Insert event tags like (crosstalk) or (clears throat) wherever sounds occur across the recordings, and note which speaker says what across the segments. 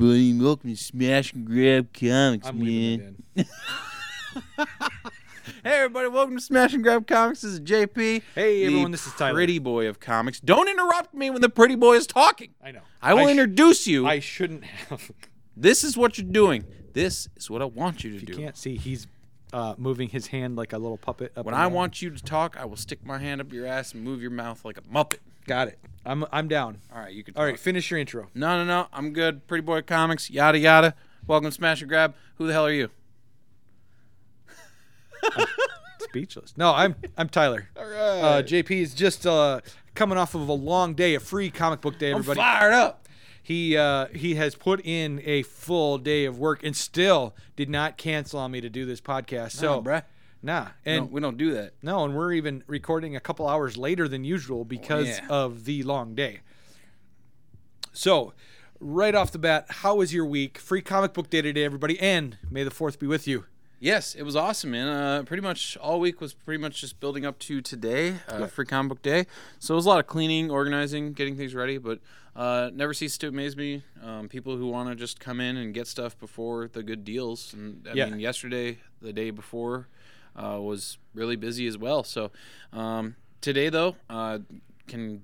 Speaker 1: welcome to Smash and Grab Comics,
Speaker 2: I'm leaving
Speaker 1: man.
Speaker 2: it in.
Speaker 1: Hey, everybody, welcome to Smash and Grab Comics. This is JP.
Speaker 2: Hey,
Speaker 1: the
Speaker 2: everyone, this is Tyler.
Speaker 1: Pretty boy of comics. Don't interrupt me when the pretty boy is talking.
Speaker 2: I know.
Speaker 1: I will
Speaker 2: sh-
Speaker 1: introduce you.
Speaker 2: I shouldn't have. (laughs)
Speaker 1: this is what you're doing. This is what I want you to
Speaker 2: You
Speaker 1: do.
Speaker 2: can't see. He's uh, moving his hand like a little puppet. Up
Speaker 1: When
Speaker 2: and
Speaker 1: I
Speaker 2: down.
Speaker 1: want you to talk, I will stick my hand up your ass and move your mouth like a muppet.
Speaker 2: got it. I'm I'm down.
Speaker 1: All right, you can. Talk.
Speaker 2: All right, finish your intro.
Speaker 1: No, no, no. I'm good. Pretty boy comics. Yada yada. Welcome to Smash and Grab. Who the hell are you?
Speaker 2: Speechless. No, I'm I'm Tyler. All right. Uh, JP is just uh, coming off of a long day, a free comic book day. Everybody,
Speaker 1: I'm fired up.
Speaker 2: he uh, he has put in a full day of work and still did not cancel on me to do this podcast. So,
Speaker 1: Nah, bruh.
Speaker 2: nah,
Speaker 1: And
Speaker 2: and
Speaker 1: we don't do that.
Speaker 2: No, and we're even recording a couple hours later than usual because
Speaker 1: Yeah.
Speaker 2: of the long day. So, right off the bat, how was your week? Free comic book day today, everybody, and may the fourth be with you.
Speaker 1: Yes, it was awesome, man. Uh, pretty much all week was pretty much just building up to today, uh, Free Comic Book Day. So it was a lot of cleaning, organizing, getting things ready, but uh, never ceases to amaze me. Um, people who want to just come in and get stuff before the good deals. And I
Speaker 2: Yeah.
Speaker 1: mean, yesterday, the day before, uh, was really busy as well. So um, today, though, uh, can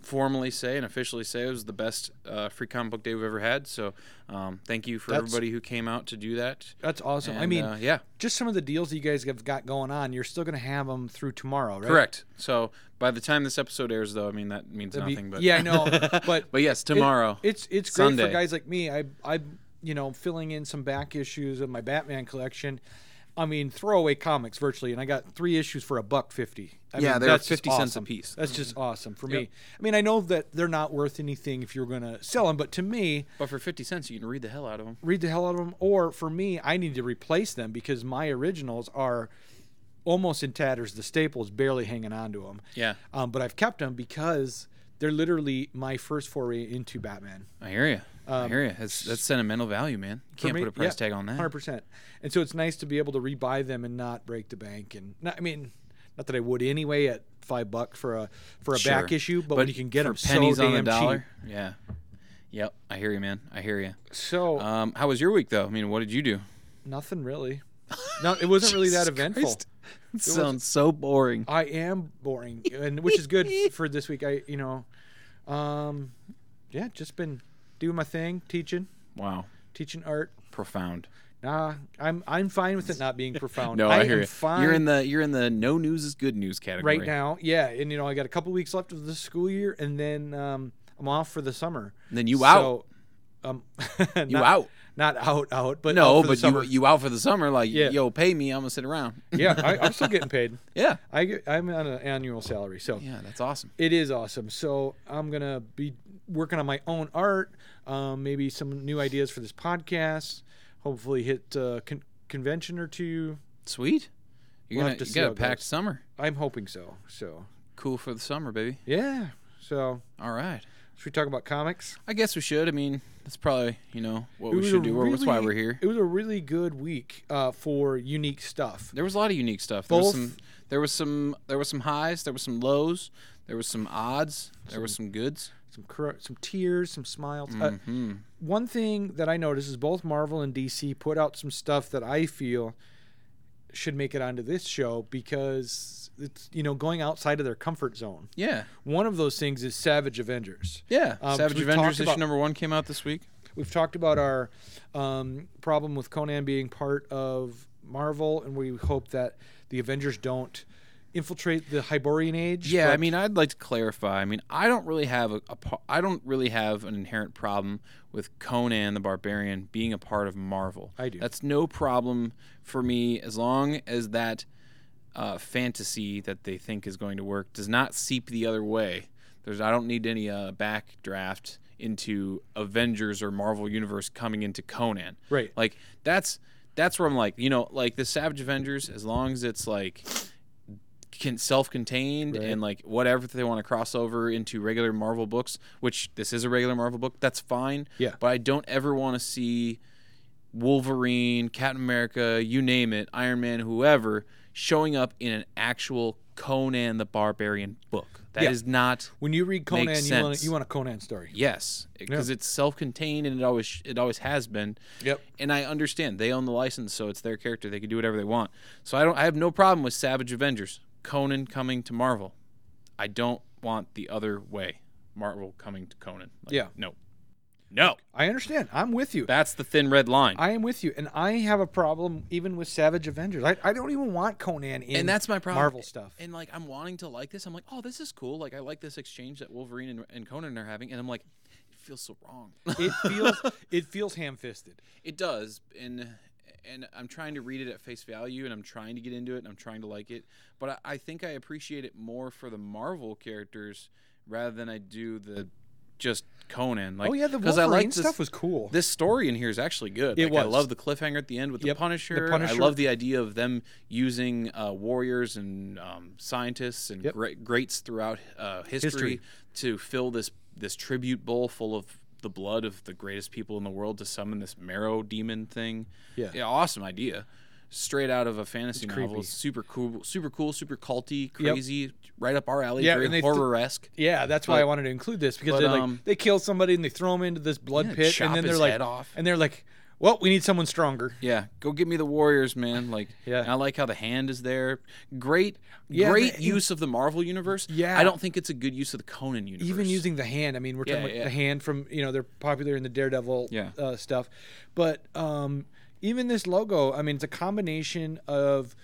Speaker 1: formally say and officially say it was the best uh, Free Comic Book Day we've ever had. So um, thank you for
Speaker 2: That's-
Speaker 1: everybody who came out to do that.
Speaker 2: That's awesome. I
Speaker 1: And,
Speaker 2: mean,
Speaker 1: uh, yeah.
Speaker 2: just some of the deals that you guys have got going on, you're still going to have them through tomorrow, right?
Speaker 1: Correct. So by the time this episode airs, though, I mean that means
Speaker 2: Be-
Speaker 1: nothing. But
Speaker 2: yeah,
Speaker 1: (laughs)
Speaker 2: I know, but
Speaker 1: But yes, tomorrow.
Speaker 2: It- it's it's great for
Speaker 1: Sunday.
Speaker 2: guys like me. I I you know filling in some back issues of my Batman collection. I mean, throwaway comics virtually, and I got three issues for a buck fifty. I
Speaker 1: Yeah,
Speaker 2: mean,
Speaker 1: they're
Speaker 2: that's just
Speaker 1: 50 cents a
Speaker 2: awesome.
Speaker 1: piece. Mm-hmm.
Speaker 2: That's just awesome for me. I mean, I know that they're not worth anything if you're going to sell them, but to me,
Speaker 1: but for fifty cents, you can read the hell out of them.
Speaker 2: read the hell out of them. Or for me, I need to replace them because my originals are almost in tatters. The staples barely hanging on to them.
Speaker 1: Yeah,
Speaker 2: Um, but I've kept them because they're literally my first foray into Batman.
Speaker 1: I hear you. I hear you. That's, that's sentimental value, man. You
Speaker 2: Um, For
Speaker 1: can't
Speaker 2: me-
Speaker 1: put a price
Speaker 2: yeah,
Speaker 1: tag on that.
Speaker 2: 100%. And so it's nice to be able to rebuy them and not break the bank. And not, I mean, not that I would anyway at five bucks for a for a
Speaker 1: Sure.
Speaker 2: back issue, but, when you can get
Speaker 1: for
Speaker 2: them
Speaker 1: pennies
Speaker 2: so
Speaker 1: on the
Speaker 2: damn
Speaker 1: dollar. Yeah. Yep. I hear you, man. I hear you.
Speaker 2: cheap. So
Speaker 1: Um, how was your week, though? I mean, what did you do?
Speaker 2: nothing really. No, it wasn't really that
Speaker 1: (laughs) Jesus
Speaker 2: eventful.
Speaker 1: Christ. It sounds so boring.
Speaker 2: I am boring, and which is good
Speaker 1: (laughs)
Speaker 2: for this week. I you know, um, yeah, just been doing my thing, teaching,
Speaker 1: Wow.
Speaker 2: teaching art.
Speaker 1: Profound.
Speaker 2: Nah, I'm I'm fine with it
Speaker 1: (laughs)
Speaker 2: not being profound.
Speaker 1: No, I,
Speaker 2: am
Speaker 1: hear you.
Speaker 2: Fine.
Speaker 1: You're in the you're in the no news is good news category
Speaker 2: right now. Yeah, and you know I got a couple weeks left of the school year, and then um, I'm off for the summer.
Speaker 1: And then you
Speaker 2: So, Um, (laughs)
Speaker 1: You out.
Speaker 2: Not out, out, but
Speaker 1: No,
Speaker 2: out for the
Speaker 1: but you (laughs)
Speaker 2: summer.
Speaker 1: you out for the summer? Like,
Speaker 2: Yeah.
Speaker 1: yo, pay me. I'm gonna sit around. (laughs)
Speaker 2: yeah, I, I'm still getting paid.
Speaker 1: Yeah.
Speaker 2: I get, I'm on an annual salary, so
Speaker 1: Yeah, that's awesome.
Speaker 2: it is awesome. So I'm gonna be working on my own art, um, maybe some new ideas for this podcast. Hopefully, hit uh, con- convention or two.
Speaker 1: Sweet. You're
Speaker 2: We'll
Speaker 1: gonna
Speaker 2: have to
Speaker 1: you
Speaker 2: see
Speaker 1: got
Speaker 2: how
Speaker 1: a
Speaker 2: it
Speaker 1: packed
Speaker 2: goes.
Speaker 1: summer.
Speaker 2: I'm hoping so. So
Speaker 1: Cool for the summer, baby.
Speaker 2: yeah. So
Speaker 1: All right.
Speaker 2: should we talk about comics?
Speaker 1: I guess we should. I mean, that's probably you know what we
Speaker 2: was
Speaker 1: should
Speaker 2: a
Speaker 1: do. or That's why we're here.
Speaker 2: It was a really good week uh, for unique stuff.
Speaker 1: There was a lot of unique stuff. There was
Speaker 2: Both-
Speaker 1: some. There was some. There was some highs. There was some lows. There was some odds. There was some goods. Mm-hmm.
Speaker 2: Some cor- some tears, some smiles.
Speaker 1: Mm.
Speaker 2: Uh, one thing that I noticed is both Marvel and DC put out some stuff that I feel should make it onto this show because it's you know going outside of their comfort zone.
Speaker 1: Yeah.
Speaker 2: One of those things is Savage Avengers.
Speaker 1: Yeah.
Speaker 2: Um,
Speaker 1: Savage
Speaker 2: we've
Speaker 1: Avengers
Speaker 2: talked
Speaker 1: issue
Speaker 2: about-
Speaker 1: number one came out this week.
Speaker 2: We've talked about our um, problem with Conan being part of Marvel, and we hope that the Avengers don't infiltrate the Hyborian age.
Speaker 1: Yeah, I
Speaker 2: but-
Speaker 1: mean, I'd like to clarify. I mean, I don't really have a, a pa- I don't really have an inherent problem with Conan the Barbarian being a part of Marvel.
Speaker 2: I do.
Speaker 1: That's no problem for me as long as that uh, fantasy that they think is going to work does not seep the other way. There's I don't need any uh, backdraft into Avengers or Marvel Universe coming into Conan.
Speaker 2: Right.
Speaker 1: Like that's that's where I'm like, you know, like the Savage Avengers, as long as it's like can self-contained
Speaker 2: Right.
Speaker 1: and like whatever they want to cross over into regular Marvel books, which this is a regular Marvel book, that's fine.
Speaker 2: Yeah.
Speaker 1: But I don't ever want to see Wolverine, Captain America, you name it, Iron Man, whoever, showing up in an actual Conan the Barbarian book. That is
Speaker 2: Yeah.
Speaker 1: not
Speaker 2: When you read Conan,
Speaker 1: Makes
Speaker 2: you want
Speaker 1: sense.
Speaker 2: you want a Conan story.
Speaker 1: yes because it's self-contained and it always it always has been.
Speaker 2: Yep.
Speaker 1: And I understand they own the license, so it's their character. They can do whatever they want. So I don't. I have no problem with Savage Avengers, Conan coming to Marvel. I don't want the other way. Marvel coming to Conan. Like,
Speaker 2: Yeah.
Speaker 1: No. No.
Speaker 2: I understand. I'm with you.
Speaker 1: That's the thin red line.
Speaker 2: I am with you, and I have a problem even with Savage Avengers. I, I don't even want Conan in
Speaker 1: and that's my problem.
Speaker 2: Marvel stuff.
Speaker 1: And like I'm wanting to like this. I'm like, oh, this is cool. Like I like this exchange that Wolverine and, and Conan are having. And I'm like, it feels so wrong. (laughs)
Speaker 2: it feels it feels ham fisted.
Speaker 1: it does. And and I'm trying to read it at face value, and I'm trying to get into it, and I'm trying to like it. But I, I think I appreciate it more for the Marvel characters rather than I do the just Conan. Like,
Speaker 2: oh yeah, the
Speaker 1: 'cause
Speaker 2: Wolverine
Speaker 1: I like
Speaker 2: stuff was cool.
Speaker 1: this story in here is actually good.
Speaker 2: It
Speaker 1: Like, I
Speaker 2: was.
Speaker 1: love the cliffhanger at the end with
Speaker 2: Yep,
Speaker 1: the,
Speaker 2: the
Speaker 1: Punisher. I
Speaker 2: Punisher.
Speaker 1: love the idea of them using uh, warriors and um, scientists and
Speaker 2: Yep.
Speaker 1: great, greats throughout uh, history,
Speaker 2: History.
Speaker 1: to fill this this tribute bowl full of the blood of the greatest people in the world to summon this marrow demon thing.
Speaker 2: Yeah.
Speaker 1: awesome idea. Straight out of a fantasy
Speaker 2: It's
Speaker 1: novel,
Speaker 2: creepy.
Speaker 1: super cool, super cool, super culty, crazy, right up our alley,
Speaker 2: Yeah,
Speaker 1: very
Speaker 2: and they th-
Speaker 1: horror esque.
Speaker 2: yeah, that's why I wanted to include this because
Speaker 1: but,
Speaker 2: they like
Speaker 1: um,
Speaker 2: they kill somebody and they throw him into this blood
Speaker 1: Yeah,
Speaker 2: pit,
Speaker 1: chop
Speaker 2: and then they're
Speaker 1: his
Speaker 2: like,
Speaker 1: head off.
Speaker 2: and they're like, well, we need someone stronger.
Speaker 1: Yeah, go get me the Warriors, man. Like,
Speaker 2: Yeah.
Speaker 1: and I like how the hand is there. Great,
Speaker 2: Yeah,
Speaker 1: great
Speaker 2: the-
Speaker 1: use of the Marvel universe.
Speaker 2: Yeah.
Speaker 1: I don't think it's a good use of the Conan universe.
Speaker 2: Even using the hand, I mean, we're
Speaker 1: Yeah,
Speaker 2: talking about
Speaker 1: yeah.
Speaker 2: the hand from you know they're popular in the Daredevil
Speaker 1: Yeah.
Speaker 2: uh, stuff, but um, even this logo, I mean, it's a combination of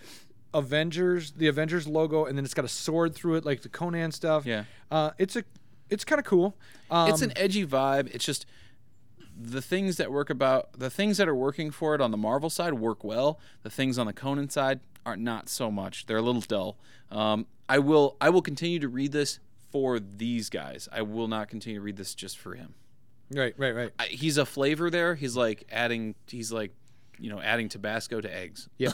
Speaker 2: Avengers, the Avengers logo, and then it's got a sword through it, like the Conan stuff.
Speaker 1: Yeah.
Speaker 2: uh, it's a, it's kind of cool. Um,
Speaker 1: it's an edgy vibe. It's just the things that work about the things that are working for it on the Marvel side work well. The things on the Conan side are not so much. They're a little dull. Um, I will I will continue to read this for these guys. I will not continue to read this just for him.
Speaker 2: (laughs) right, right, right.
Speaker 1: I, he's a flavor there. He's like adding. He's like, you know, adding Tabasco to eggs.
Speaker 2: Yeah.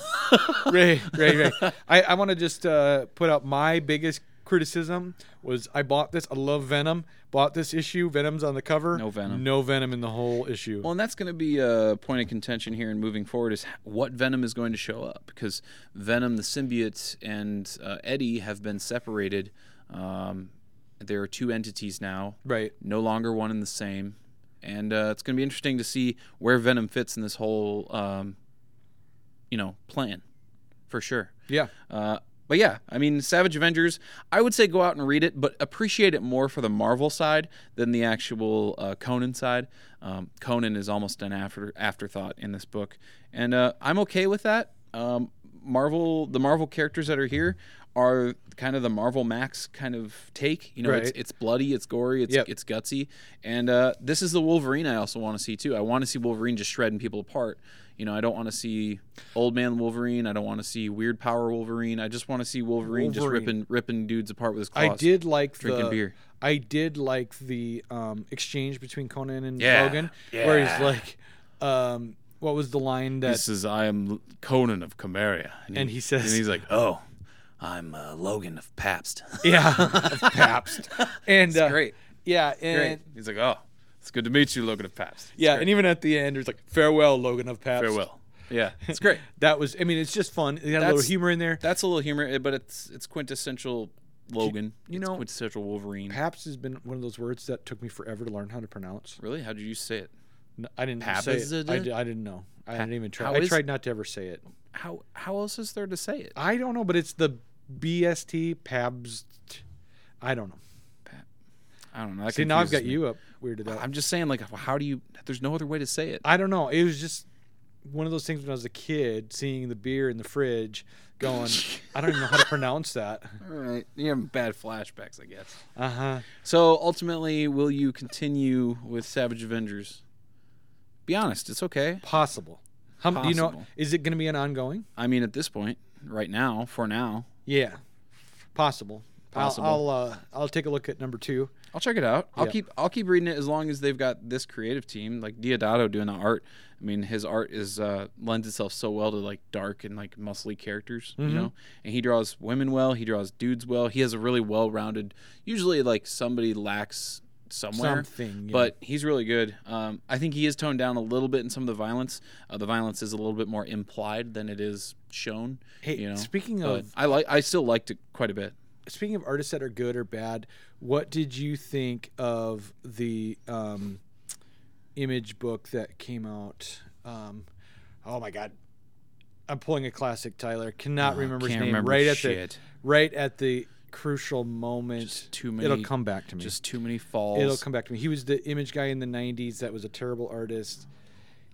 Speaker 2: right, right, right.
Speaker 1: (laughs)
Speaker 2: I, I want to just uh, put out my biggest criticism was I bought this. I love Venom. Bought this issue. Venom's on the cover.
Speaker 1: No Venom.
Speaker 2: No Venom in the whole issue.
Speaker 1: Well, and that's going to be a point of contention here and moving forward is what Venom is going to show up because Venom, the symbiote, and uh, Eddie have been separated. Um, there are two entities now,
Speaker 2: right.
Speaker 1: no longer one and the same. And uh, it's going to be interesting to see where Venom fits in this whole, um, you know, plan, for sure.
Speaker 2: Yeah.
Speaker 1: Uh, but yeah, I mean, Savage Avengers, I would say go out and read it, but appreciate it more for the Marvel side than the actual uh, Conan side. Um, Conan is almost an after afterthought in this book, and uh, I'm okay with that. Um, Marvel, the Marvel characters that are here are kind of the Marvel Max kind of take. You know, it's,
Speaker 2: Right.
Speaker 1: it's bloody, it's gory, it's
Speaker 2: Yep.
Speaker 1: it's gutsy, and uh, this is the Wolverine I also want to see too. I want to see Wolverine just shredding people apart. You know, I don't want to see old man Wolverine. I don't want to see weird power Wolverine. I just want to see Wolverine, just
Speaker 2: Wolverine.
Speaker 1: ripping ripping dudes apart with his claws.
Speaker 2: I did like
Speaker 1: drinking
Speaker 2: the
Speaker 1: beer.
Speaker 2: I did like the um, exchange between Conan and
Speaker 1: Yeah.
Speaker 2: Logan, where he's
Speaker 1: Yeah.
Speaker 2: like, um, "What was the line that?"
Speaker 1: This is I am Conan of Camaria,
Speaker 2: And he says-
Speaker 1: and he's like, oh, I'm uh, Logan of Pabst.
Speaker 2: yeah, (laughs) Pabst. And uh,
Speaker 1: great.
Speaker 2: Yeah, and
Speaker 1: (laughs) Great. He's like, oh, it's good to meet you, Logan of Pabst. It's
Speaker 2: yeah,
Speaker 1: great.
Speaker 2: and even at the end, it's like, "Farewell, Logan of Pabst." (laughs)
Speaker 1: farewell. Yeah, it's great.
Speaker 2: That was. I mean, it's just fun. They got a
Speaker 1: That's-
Speaker 2: little humor in there.
Speaker 1: That's a little humor, eh, but it's it's quintessential Logan.
Speaker 2: you
Speaker 1: It's
Speaker 2: know-
Speaker 1: quintessential Wolverine.
Speaker 2: Paps has been one of those words that took me forever to learn how to pronounce.
Speaker 1: really? How did you say it?
Speaker 2: N- I didn't
Speaker 1: Paps
Speaker 2: say
Speaker 1: is
Speaker 2: it.
Speaker 1: a-
Speaker 2: I, di- I didn't know. I didn't even try.
Speaker 1: how
Speaker 2: I
Speaker 1: is-
Speaker 2: tried not to ever say it.
Speaker 1: How how else is there to say it?
Speaker 2: I don't know, but it's the BST Pabs. I don't know.
Speaker 1: I don't know. That
Speaker 2: See, now I've
Speaker 1: confuses
Speaker 2: got
Speaker 1: me.
Speaker 2: you up weirded out.
Speaker 1: I'm just saying, like, how do you? There's no other way to say it.
Speaker 2: I don't know. It was just one of those things when I was a kid, seeing the beer in the fridge,
Speaker 1: (laughs)
Speaker 2: going, I don't even know how to pronounce that.
Speaker 1: All right, you have bad flashbacks, I guess.
Speaker 2: Uh huh.
Speaker 1: So ultimately, will you continue with Savage Avengers? Be honest, it's okay.
Speaker 2: Possible. How m- do you know?
Speaker 1: Possible.
Speaker 2: Is it going to be an ongoing?
Speaker 1: I mean, at this point, right now, for now,
Speaker 2: Yeah, possible. I'll-
Speaker 1: Possible.
Speaker 2: I'll uh, I'll take a look at number two.
Speaker 1: I'll check it out. I'll
Speaker 2: Yeah.
Speaker 1: keep I'll keep reading it as long as they've got this creative team like Diodato doing the art. I mean, his art is uh, lends itself so well to like dark and like muscly characters,
Speaker 2: Mm-hmm.
Speaker 1: you know. And he draws women well. He draws dudes well. He has a really well-rounded. Usually, like somebody lacks somewhere,
Speaker 2: Something, yeah.
Speaker 1: but he's really good. Um, I think he is toned down a little bit in some of the violence. Uh, the violence is a little bit more implied than it is shown.
Speaker 2: Hey,
Speaker 1: you know.
Speaker 2: speaking
Speaker 1: But
Speaker 2: of
Speaker 1: I like I still liked it quite a bit.
Speaker 2: speaking of artists that are good or bad, what did you think of the um, image book that came out? Um, oh my God, I'm pulling a classic. Tyler cannot
Speaker 1: Oh,
Speaker 2: remember his
Speaker 1: can't
Speaker 2: name
Speaker 1: remember
Speaker 2: right at
Speaker 1: shit.
Speaker 2: the right at the crucial moment.
Speaker 1: Just too
Speaker 2: It'll
Speaker 1: many-
Speaker 2: come back to me.
Speaker 1: Just too many falls.
Speaker 2: It'll come back to me. He was the image guy in the '90s that was a terrible artist.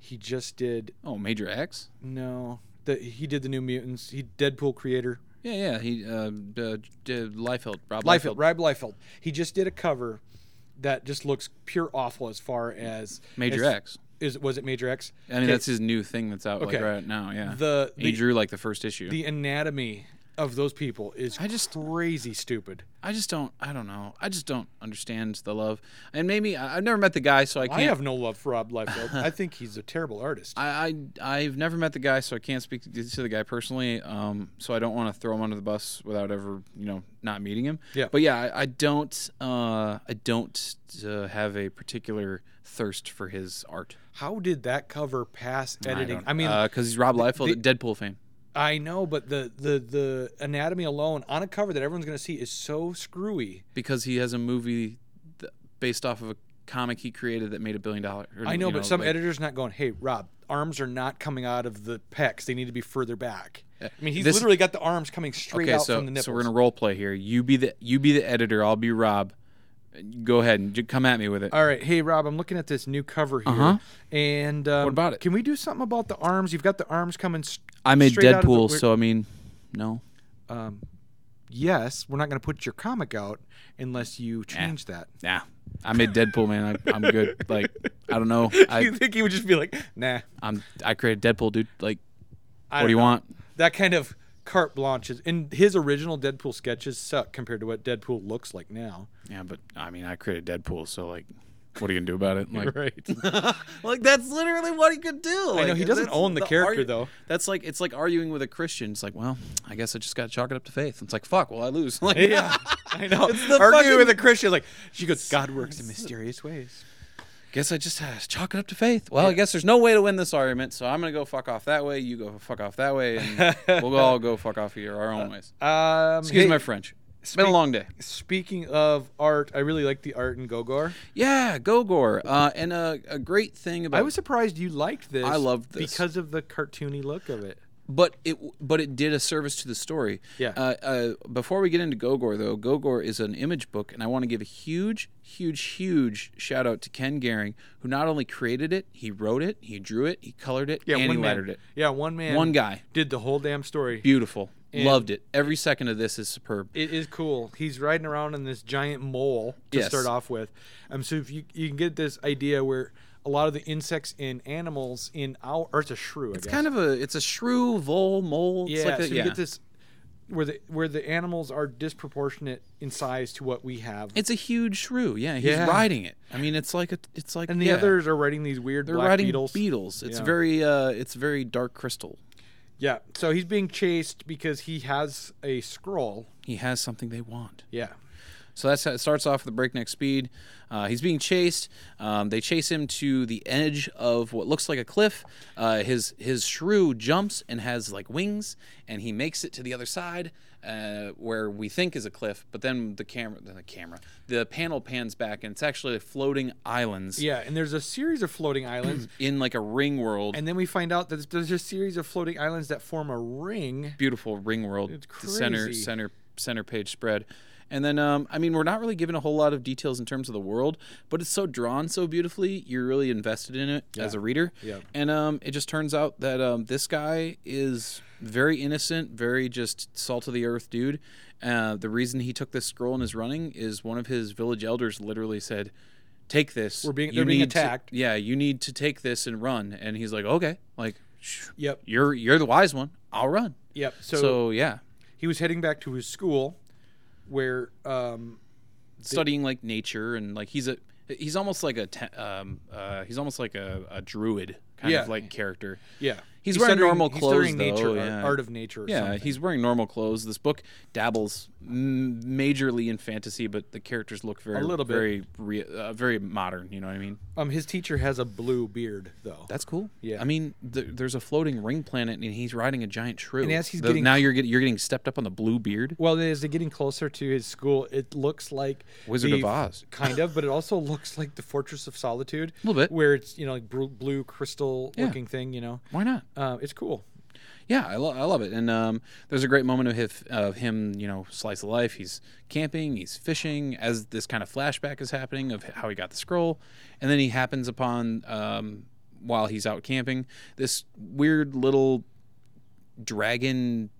Speaker 2: He just did
Speaker 1: oh, Major X.
Speaker 2: no. The, he did the New Mutants. He Deadpool creator.
Speaker 1: Yeah, yeah. He uh, d- d- Liefeld, Rob
Speaker 2: Liefeld, Rob Liefeld. He just did a cover that just looks pure awful as far as
Speaker 1: Major
Speaker 2: as-
Speaker 1: X.
Speaker 2: Is was it Major X?
Speaker 1: I mean,
Speaker 2: Okay.
Speaker 1: that's his new thing that's out
Speaker 2: Okay.
Speaker 1: like right now. Yeah,
Speaker 2: the
Speaker 1: he
Speaker 2: the,
Speaker 1: drew like the first issue.
Speaker 2: the anatomy of those people is
Speaker 1: I just-
Speaker 2: crazy stupid.
Speaker 1: I just don't. I don't know. I just don't understand the love. And maybe I, I've never met the guy, so I
Speaker 2: I
Speaker 1: can't.
Speaker 2: have no love for
Speaker 1: (laughs)
Speaker 2: Rob Liefeld. I think he's a terrible artist.
Speaker 1: I, I I've never met the guy, so I can't speak to the guy personally. Um, so I don't want to throw him under the bus without ever, you know, not meeting him.
Speaker 2: Yeah.
Speaker 1: But yeah, I, I don't. Uh, I don't uh, have a particular thirst for his art.
Speaker 2: How did that cover pass editing? I, mean,
Speaker 1: because he's Rob Liefeld, Deadpool fame.
Speaker 2: I know, but the the the anatomy alone on a cover that everyone's going to see is so screwy.
Speaker 1: because he has a movie th- based off of a comic he created that made a billion dollars.
Speaker 2: I know, but some
Speaker 1: like,
Speaker 2: editor's not going, "Hey, Rob, arms are not coming out of the pecs. They need to be further back." I mean, he's
Speaker 1: This-
Speaker 2: literally got the arms coming straight
Speaker 1: Okay,
Speaker 2: out
Speaker 1: so
Speaker 2: from the nipples.
Speaker 1: so we're gonna role play here. You be the you be the editor. I'll be Rob. Go ahead and j- come at me with it.
Speaker 2: All right, hey Rob, I'm looking at this new cover here,
Speaker 1: Uh-huh.
Speaker 2: and um,
Speaker 1: What about it?
Speaker 2: Can we do something about the arms? You've got the arms coming. s
Speaker 1: I made
Speaker 2: straight out of the
Speaker 1: Deadpool,
Speaker 2: weird-
Speaker 1: so I mean, no.
Speaker 2: um, yes, we're not going to put your comic out unless you change that.
Speaker 1: Nah, I made Deadpool, man. I, I'm good. Like I don't
Speaker 2: (laughs)
Speaker 1: know. (laughs) I
Speaker 2: think he would just be like, "Nah."
Speaker 1: I'm I created Deadpool, dude. Like
Speaker 2: I
Speaker 1: what do
Speaker 2: don't
Speaker 1: you
Speaker 2: know.
Speaker 1: want?
Speaker 2: That kind of carte blanche is, and his original Deadpool sketches suck compared to what Deadpool looks
Speaker 1: (laughs)
Speaker 2: like now.
Speaker 1: Yeah, but I mean, I created Deadpool, so like, what are you gonna do about
Speaker 2: (laughs)
Speaker 1: it? Like,
Speaker 2: Right.
Speaker 1: (laughs) like that's literally what he could do.
Speaker 2: I know, he doesn't
Speaker 1: that's
Speaker 2: own the character,
Speaker 1: argu-
Speaker 2: though.
Speaker 1: That's like it's like arguing with a Christian. It's like, well, I guess I just got to chalk it up to faith. It's like, fuck, well, I lose. (laughs) Like,
Speaker 2: (laughs) Yeah, I know.
Speaker 1: It's the
Speaker 2: Arguing
Speaker 1: fucking-
Speaker 2: with a Christian, like she goes, God works (laughs) in mysterious ways.
Speaker 1: guess I just had to chalk it up to faith. Well, I guess there's no way to win this argument, so I'm gonna go fuck off that way. You go fuck off that way,
Speaker 2: (laughs)
Speaker 1: and we'll all go fuck off here our own ways.
Speaker 2: Um,
Speaker 1: Excuse
Speaker 2: hey,
Speaker 1: my French. It's been a long day.
Speaker 2: Speaking of art, I really like the art in Gogor.
Speaker 1: Yeah, Gogor. Uh, and a, a great thing about
Speaker 2: I was surprised you liked this.
Speaker 1: I loved this.
Speaker 2: because of the cartoony look of it.
Speaker 1: but it but it did a service to the story.
Speaker 2: Yeah.
Speaker 1: Uh, uh, before we get into Gogor though, Gogor is an image book, and I want to give a huge, huge, huge shout out to Ken Gehring, who not only created it, he wrote it, he drew it, he colored it, and he
Speaker 2: one
Speaker 1: lettered
Speaker 2: man.
Speaker 1: it.
Speaker 2: Yeah, one man.
Speaker 1: One guy,
Speaker 2: did the whole damn story.
Speaker 1: beautiful, loved it. Every second of this is superb.
Speaker 2: It is cool. He's riding around in this giant mole to
Speaker 1: Yes.
Speaker 2: start off with. Um, so if you you can get this idea where a lot of the insects and animals in our or it's a shrew. I
Speaker 1: It's
Speaker 2: guess.
Speaker 1: kind of a it's a shrew vole mole.
Speaker 2: yeah.
Speaker 1: It's like a,
Speaker 2: so you
Speaker 1: yeah.
Speaker 2: get this where the where the animals are disproportionate in size to what we have,
Speaker 1: it's a huge shrew. Yeah, he's
Speaker 2: Yeah. riding
Speaker 1: riding it. I mean, it's like a it's like
Speaker 2: and the others are riding these weird
Speaker 1: they're
Speaker 2: black
Speaker 1: riding
Speaker 2: beetles.
Speaker 1: beetles. It's
Speaker 2: Yeah.
Speaker 1: very uh, it's very dark crystal.
Speaker 2: yeah. So he's being chased because he has a scroll.
Speaker 1: He has something they want.
Speaker 2: Yeah.
Speaker 1: So that's how it starts off with a breakneck speed. Uh, he's being chased. Um, they chase him to the edge of what looks like a cliff. Uh, his his shrew jumps and has like wings, and he makes it to the other side, uh, where we think is a cliff. But then the camera, the camera, the panel pans back, and it's actually floating islands
Speaker 2: Yeah, and there's a series of floating
Speaker 1: (clears throat)
Speaker 2: islands,
Speaker 1: in like a ring world.
Speaker 2: and then we find out that there's a series of floating islands that form a ring.
Speaker 1: beautiful ring world the center
Speaker 2: crazy.
Speaker 1: center center page spread and then um, i mean we're not really given a whole lot of details in terms of the world but it's so drawn so beautifully you're really invested in it as a reader
Speaker 2: Yeah.
Speaker 1: and um, it just turns out that um, this guy is very innocent very just salt of the earth dude uh, the reason he took this scroll and is running is one of his village elders literally said take this
Speaker 2: We're being- they're being
Speaker 1: need to-
Speaker 2: attacked."
Speaker 1: yeah you need to take this and run and he's like okay like
Speaker 2: Yep.
Speaker 1: you're you're the wise one i'll run
Speaker 2: Yep. So,
Speaker 1: so yeah
Speaker 2: he was heading back to his school, where um,
Speaker 1: studying like nature and like he's a he's almost like a te- um uh he's almost like a, a druid kind
Speaker 2: Yeah.
Speaker 1: of like character
Speaker 2: yeah,
Speaker 1: He's, wearing
Speaker 2: centering-
Speaker 1: normal
Speaker 2: he's
Speaker 1: clothes
Speaker 2: centering
Speaker 1: though.
Speaker 2: nature,
Speaker 1: yeah.
Speaker 2: art, art of nature. Or
Speaker 1: yeah,
Speaker 2: something.
Speaker 1: he's wearing normal clothes. This book dabbles m- majorly in fantasy, but the characters look very,
Speaker 2: A little bit.
Speaker 1: very, re- uh, very modern. You know what I mean?
Speaker 2: um, his teacher has a blue beard though.
Speaker 1: That's cool.
Speaker 2: Yeah.
Speaker 1: I mean, th- there's a floating ring planet, and he's riding a giant shrew.
Speaker 2: And as he's
Speaker 1: The-
Speaker 2: getting-
Speaker 1: now you're getting you're getting stepped up on the blue beard.
Speaker 2: Well, as they're getting closer to his school, it looks like
Speaker 1: Wizard
Speaker 2: the-
Speaker 1: of Oz.
Speaker 2: (laughs) kind of, but it also (laughs) looks like the Fortress of Solitude,
Speaker 1: A little bit.
Speaker 2: where it's you know like bru- blue crystal looking thing. You know,
Speaker 1: Why not?
Speaker 2: uh, it's cool.
Speaker 1: Yeah, I, lo- I love it. And um, there's a great moment of, hif- of him, you know, slice of life. He's camping, he's fishing, as this kind of flashback is happening of how he got the scroll. And then he happens upon, um, while he's out camping, this weird little dragon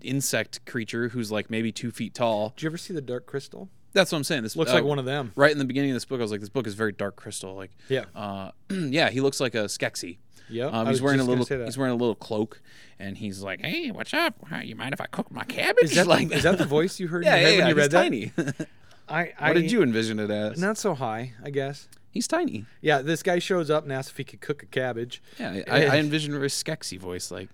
Speaker 1: insect creature who's like maybe two feet tall.
Speaker 2: Did you ever see the Dark Crystal?
Speaker 1: That's what I'm saying. This
Speaker 2: Looks
Speaker 1: uh,
Speaker 2: like one of them.
Speaker 1: Right in the beginning of this book, I was like, this book is very dark crystal. Like,
Speaker 2: Yeah.
Speaker 1: uh, (clears throat) yeah, he looks like a Skeksis.
Speaker 2: Yeah.
Speaker 1: Um, he's wearing a little. He's wearing a little cloak, and he's like, "Hey, what's up? Huh, You mind if I cook my cabbage?" (laughs)
Speaker 2: Is that,
Speaker 1: like
Speaker 2: is that the voice you heard
Speaker 1: (laughs) yeah,
Speaker 2: in
Speaker 1: yeah,
Speaker 2: your head
Speaker 1: yeah,
Speaker 2: when you
Speaker 1: he's
Speaker 2: read that?
Speaker 1: tiny. (laughs)
Speaker 2: I, I
Speaker 1: what did you envision it as?
Speaker 2: Not so high, I guess.
Speaker 1: He's tiny.
Speaker 2: Yeah, this guy shows up and asks if he could cook a cabbage,
Speaker 1: Yeah, I, I envision a Skeksis voice, like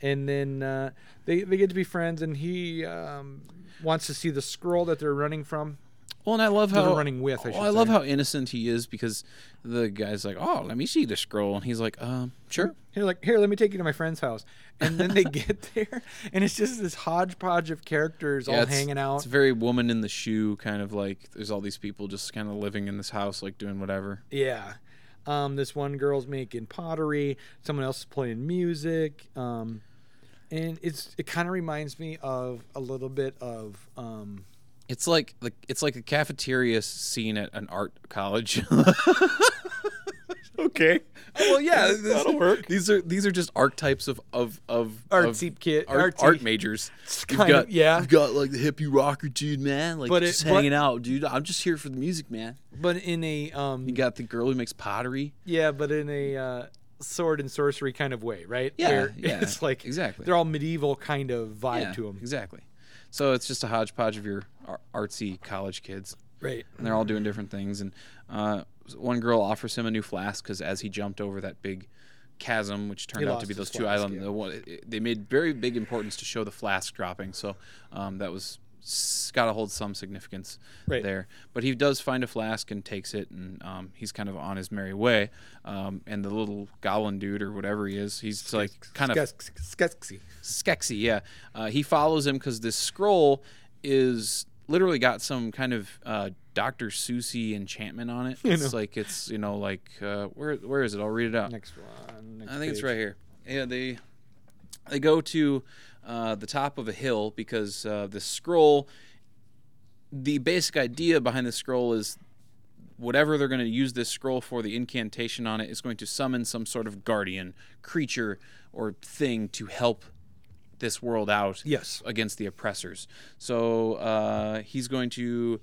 Speaker 2: and then uh, they they get to be friends, and he um, wants to see the scroll that they're running from.
Speaker 1: Well, "Oh, and I love
Speaker 2: Those are
Speaker 1: how
Speaker 2: running with, I
Speaker 1: well,
Speaker 2: should
Speaker 1: I love
Speaker 2: say.
Speaker 1: how innocent he is because the guy's like, "Oh, let me see the scroll," and he's like, "Um, sure."
Speaker 2: Here, like, here, let me take you to my friend's house, and then they get (laughs) there, and it's just this hodgepodge of characters
Speaker 1: Yeah,
Speaker 2: all
Speaker 1: it's-
Speaker 2: hanging out.
Speaker 1: It's very woman in the shoe kind of like. There's all these people just kind of living in this house, like doing whatever.
Speaker 2: Yeah. Um, this one girl's making pottery. Someone else is playing music. Um, and it's it kind of reminds me of a little bit of um,
Speaker 1: It's like the it's like a cafeteria scene at an art college. (laughs) okay. well, (laughs) yeah, this,
Speaker 2: That'll work.
Speaker 1: These are these are just archetypes of of of
Speaker 2: artsy
Speaker 1: of
Speaker 2: kid
Speaker 1: Art,
Speaker 2: artsy.
Speaker 1: art majors, You've
Speaker 2: kind of-
Speaker 1: got-
Speaker 2: yeah.
Speaker 1: You've got like the hippie rocker dude, man, like
Speaker 2: But it-
Speaker 1: just
Speaker 2: but-
Speaker 1: hanging out, dude. I'm just here for the music, man.
Speaker 2: but in a um,
Speaker 1: You got the girl who makes pottery.
Speaker 2: yeah, but in a uh, sword and sorcery kind of way, right?
Speaker 1: Yeah,
Speaker 2: Where
Speaker 1: yeah,
Speaker 2: (laughs) It's like
Speaker 1: exactly.
Speaker 2: they're all medieval kind of vibe to them,
Speaker 1: exactly. So it's just a hodgepodge of your ar- artsy college kids.
Speaker 2: right?
Speaker 1: and they're all doing different things. And uh, one girl offers him a new flask because as he jumped over that big chasm, which turned out to be
Speaker 2: lost his
Speaker 1: those two
Speaker 2: flask,
Speaker 1: islands, the one, it- they made very big importance to show the flask dropping. So um, that was s- got to hold some significance
Speaker 2: Right.
Speaker 1: there. But he does find a flask and takes it, and um, he's kind of on his merry way. Um, and the little goblin dude or whatever he is, he's like kind of
Speaker 2: Skeksis.
Speaker 1: Skeksis, yeah. Uh, he follows him because this scroll is literally got some kind of uh, Dr. Susie enchantment on it. It's like it's you know like uh, where where is it? I'll read it out.
Speaker 2: Next one. next
Speaker 1: I think it's
Speaker 2: page.
Speaker 1: right here. Yeah, they they go to uh, the top of a hill because uh, the scroll. The basic idea behind the scroll is whatever they're going to use this scroll for, the incantation on it is going to summon some sort of guardian creature or thing to help this world out
Speaker 2: Yes.
Speaker 1: against the oppressors. So uh, he's going to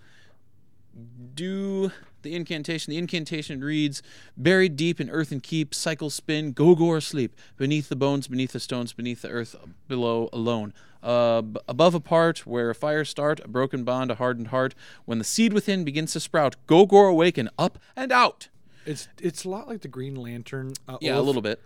Speaker 1: do the incantation. The incantation reads Buried deep in earth and keep, cycle spin, go gore sleep, beneath the bones, beneath the stones, beneath the earth, below alone. Uh, b- above apart, where a fire start, a broken bond, a hardened heart. When the seed within begins to sprout, go gore awaken, up and out.
Speaker 2: It's it's a lot like the Green Lantern. Uh,
Speaker 1: Yeah, a
Speaker 2: Olaf
Speaker 1: little bit.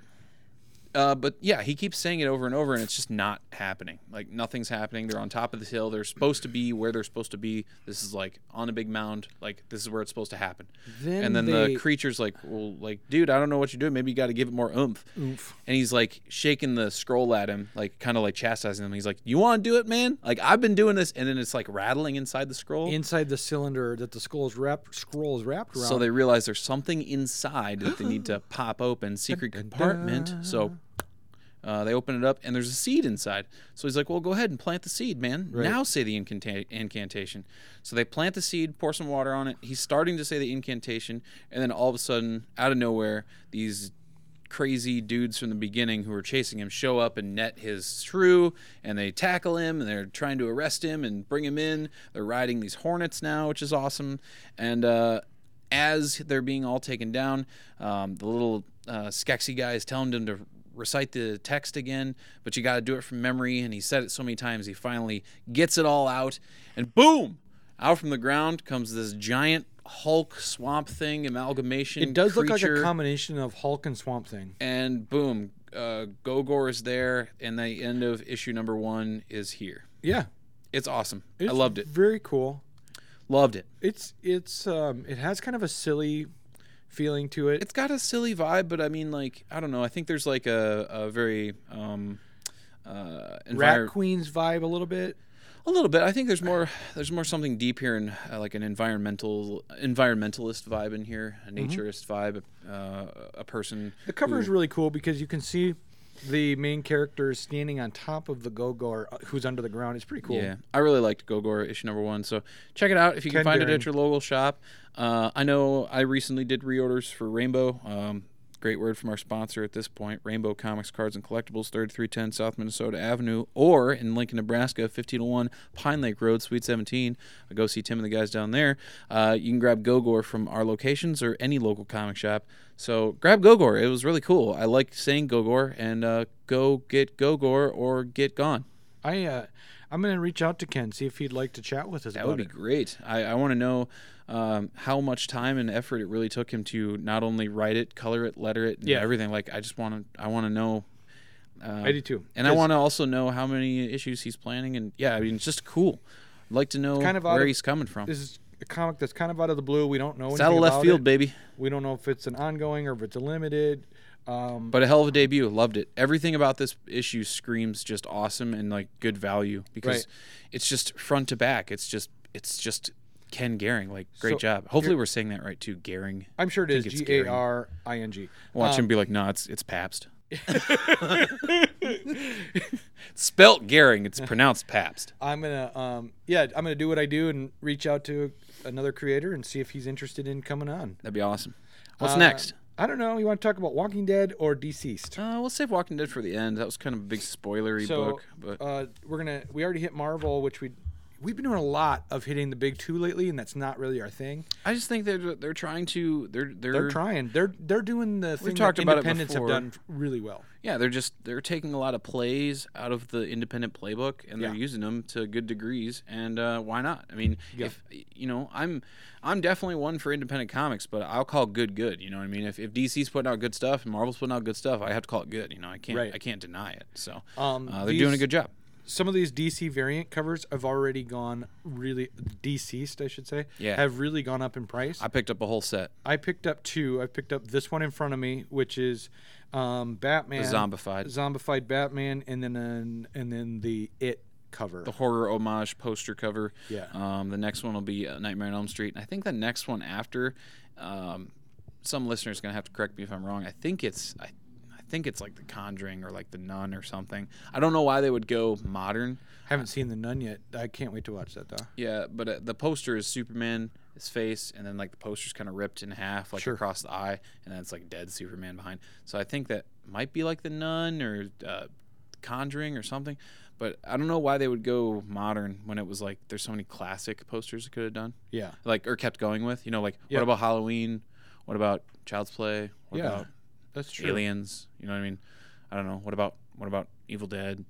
Speaker 1: Uh, but yeah, he keeps saying it over and over, and it's just not happening. Like nothing's happening. They're on top of this hill. They're supposed to be where they're supposed to be. This is like on a big mound. Like this is where it's supposed to happen.
Speaker 2: Then
Speaker 1: and then
Speaker 2: they-
Speaker 1: the creature's like, "Well, like, dude, I don't know what you're doing. Maybe you got to give it more oomph."
Speaker 2: Oomph.
Speaker 1: And he's like shaking the scroll at him, like kind of like chastising him. He's like, "You want to do it, man? Like I've been doing this." And then it's like rattling inside the scroll.
Speaker 2: inside the cylinder that the scroll is wrapped scroll is wrapped around.
Speaker 1: So they realize there's something inside that they need to pop open, secret compartment. So uh, they open it up, and there's a seed inside. So he's like, "Well, go ahead and plant the seed, man. Now say the incanta- incantation." So they plant the seed, pour some water on it. He's starting to say the incantation, and then all of a sudden, out of nowhere, these crazy dudes from the beginning who are chasing him show up and net his shrew and they tackle him and they're trying to arrest him and bring him in they're riding these hornets now which is awesome and uh, as they're being all taken down um, the little uh, skexy guy is telling them to recite the text again but you got to do it from memory and he said it so many times he finally gets it all out and boom out from the ground comes this giant hulk swamp thing amalgamation
Speaker 2: it does look like a
Speaker 1: creature
Speaker 2: combination of Hulk and Swamp Thing.
Speaker 1: and boom, uh, Gogor is there, and the end of issue number one is here.
Speaker 2: Yeah,
Speaker 1: It's awesome.
Speaker 2: it's
Speaker 1: I loved it.
Speaker 2: Very cool.
Speaker 1: Loved it.
Speaker 2: It's it's um it has kind of a silly feeling to it.
Speaker 1: It's got a silly vibe, but I mean, like, I don't know. I think there's like a, a very um, uh,
Speaker 2: Rat
Speaker 1: envir-
Speaker 2: Queen's vibe a little bit.
Speaker 1: a little bit. I think there's more. There's more something deep here, and uh, like an environmental environmentalist vibe in here, a naturist vibe, uh, a person.
Speaker 2: Mm-hmm. The cover
Speaker 1: who-
Speaker 2: is really cool because you can see the main character is standing on top of the go-goer uh, who's under the ground. It's pretty cool.
Speaker 1: Yeah, I really liked Gogor issue number one. So check it out if you can
Speaker 2: Ken
Speaker 1: find it
Speaker 2: Daring.
Speaker 1: at your local shop. Uh, I know I recently did reorders for Rainbow. Um, great word from our sponsor at this point Rainbow Comics Cards and Collectibles, 3310 South Minnesota Avenue, or in Lincoln, Nebraska, 1501 Pine Lake Road, Suite 17. go see Tim and the guys down there. Uh, you can grab Gogor from our locations or any local comic shop. So grab Gogor. It was really cool. I liked saying Gogor, and uh, go get Gogor or get gone.
Speaker 2: I uh, I'm gonna reach out to Ken see if he'd like to chat with us.
Speaker 1: That
Speaker 2: about
Speaker 1: would be
Speaker 2: it.
Speaker 1: great. I, I want to know um, how much time and effort it really took him to not only write it, color it, letter it, and
Speaker 2: Yeah.
Speaker 1: everything. Like I just want to, I want to know,
Speaker 2: I do too.
Speaker 1: and I
Speaker 2: 'Cause
Speaker 1: want to also know how many issues he's planning. And yeah, I mean, it's just cool. I'd like to know
Speaker 2: kind of out
Speaker 1: where
Speaker 2: of-
Speaker 1: he's coming from.
Speaker 2: this is a comic that's kind of out of the blue. We don't know.
Speaker 1: It's out of
Speaker 2: anything
Speaker 1: left
Speaker 2: about
Speaker 1: field,
Speaker 2: it.
Speaker 1: baby.
Speaker 2: We don't know if it's an ongoing or if it's a limited. Um,
Speaker 1: But a hell of a debut. Loved it. Everything about this issue screams just awesome and like good value because
Speaker 2: Right.
Speaker 1: it's just front to back. It's just, it's just Ken Gehring. Like great
Speaker 2: So,
Speaker 1: job. Hopefully we're saying that right too. Gehring.
Speaker 2: I'm sure it is
Speaker 1: think it's
Speaker 2: G A R I N G.
Speaker 1: Watch him be like, no, it's it's Pabst. (laughs) Spelt Gehring, it's pronounced Pabst.
Speaker 2: I'm gonna, um, yeah, I'm gonna do what I do and reach out to another creator and see if he's interested in coming on.
Speaker 1: That'd be awesome. What's
Speaker 2: Uh,
Speaker 1: next?
Speaker 2: I don't know. You want to talk about Walking Dead or Deceased?
Speaker 1: Uh, we'll save Walking Dead for the end. That was kind of a big spoilery
Speaker 2: So
Speaker 1: book, but
Speaker 2: uh, we're gonna we already hit Marvel, which we we've been doing a lot of hitting the big two lately, and that's not really our thing.
Speaker 1: I just think they're they're trying to they're they're,
Speaker 2: They're trying. They're they're doing the thing
Speaker 1: talked
Speaker 2: that
Speaker 1: about it
Speaker 2: independents have
Speaker 1: before.
Speaker 2: done really well.
Speaker 1: yeah they're just they're taking a lot of plays out of the independent playbook and they're
Speaker 2: Yeah.
Speaker 1: using them to good degrees and uh, why not i mean if you know i'm i'm definitely one for independent comics but i'll call good good you know what i mean if, if dc's putting out good stuff and marvel's putting out good stuff i have to call it good you know i can't
Speaker 2: Right.
Speaker 1: i can't deny it so
Speaker 2: Um,
Speaker 1: uh, they're doing a
Speaker 2: these-
Speaker 1: good job
Speaker 2: Some of these DC variant covers have already gone really deceased, I should say.
Speaker 1: Yeah.
Speaker 2: have really gone up in price.
Speaker 1: i picked up a whole set
Speaker 2: I picked up two. I picked up this one in front of me, which is um, Batman,
Speaker 1: zombified
Speaker 2: zombified Batman, and then an, and then the It cover.
Speaker 1: the horror homage poster cover
Speaker 2: Yeah.
Speaker 1: um, the next one will be uh, nightmare on elm street and i think the next one after um, some listeners gonna have to correct me if i'm wrong i think it's I, I think it's like the conjuring or like the nun or something i don't know why they would go modern
Speaker 2: Haven't seen the Nun yet. I can't wait to watch that though.
Speaker 1: yeah but uh, the poster is superman his face and then like the poster's kind of ripped in half like
Speaker 2: Sure.
Speaker 1: across the eye and then it's like dead superman behind so i think that might be like the nun or uh, conjuring or something but i don't know why they would go modern when it was like there's so many classic posters it could have done
Speaker 2: Yeah,
Speaker 1: like or kept going with. You know, like
Speaker 2: Yeah.
Speaker 1: what about Halloween? What about Child's Play? What
Speaker 2: Yeah,
Speaker 1: about
Speaker 2: that's true.
Speaker 1: Aliens? You know what I mean? I don't know. What about what about Evil Dead?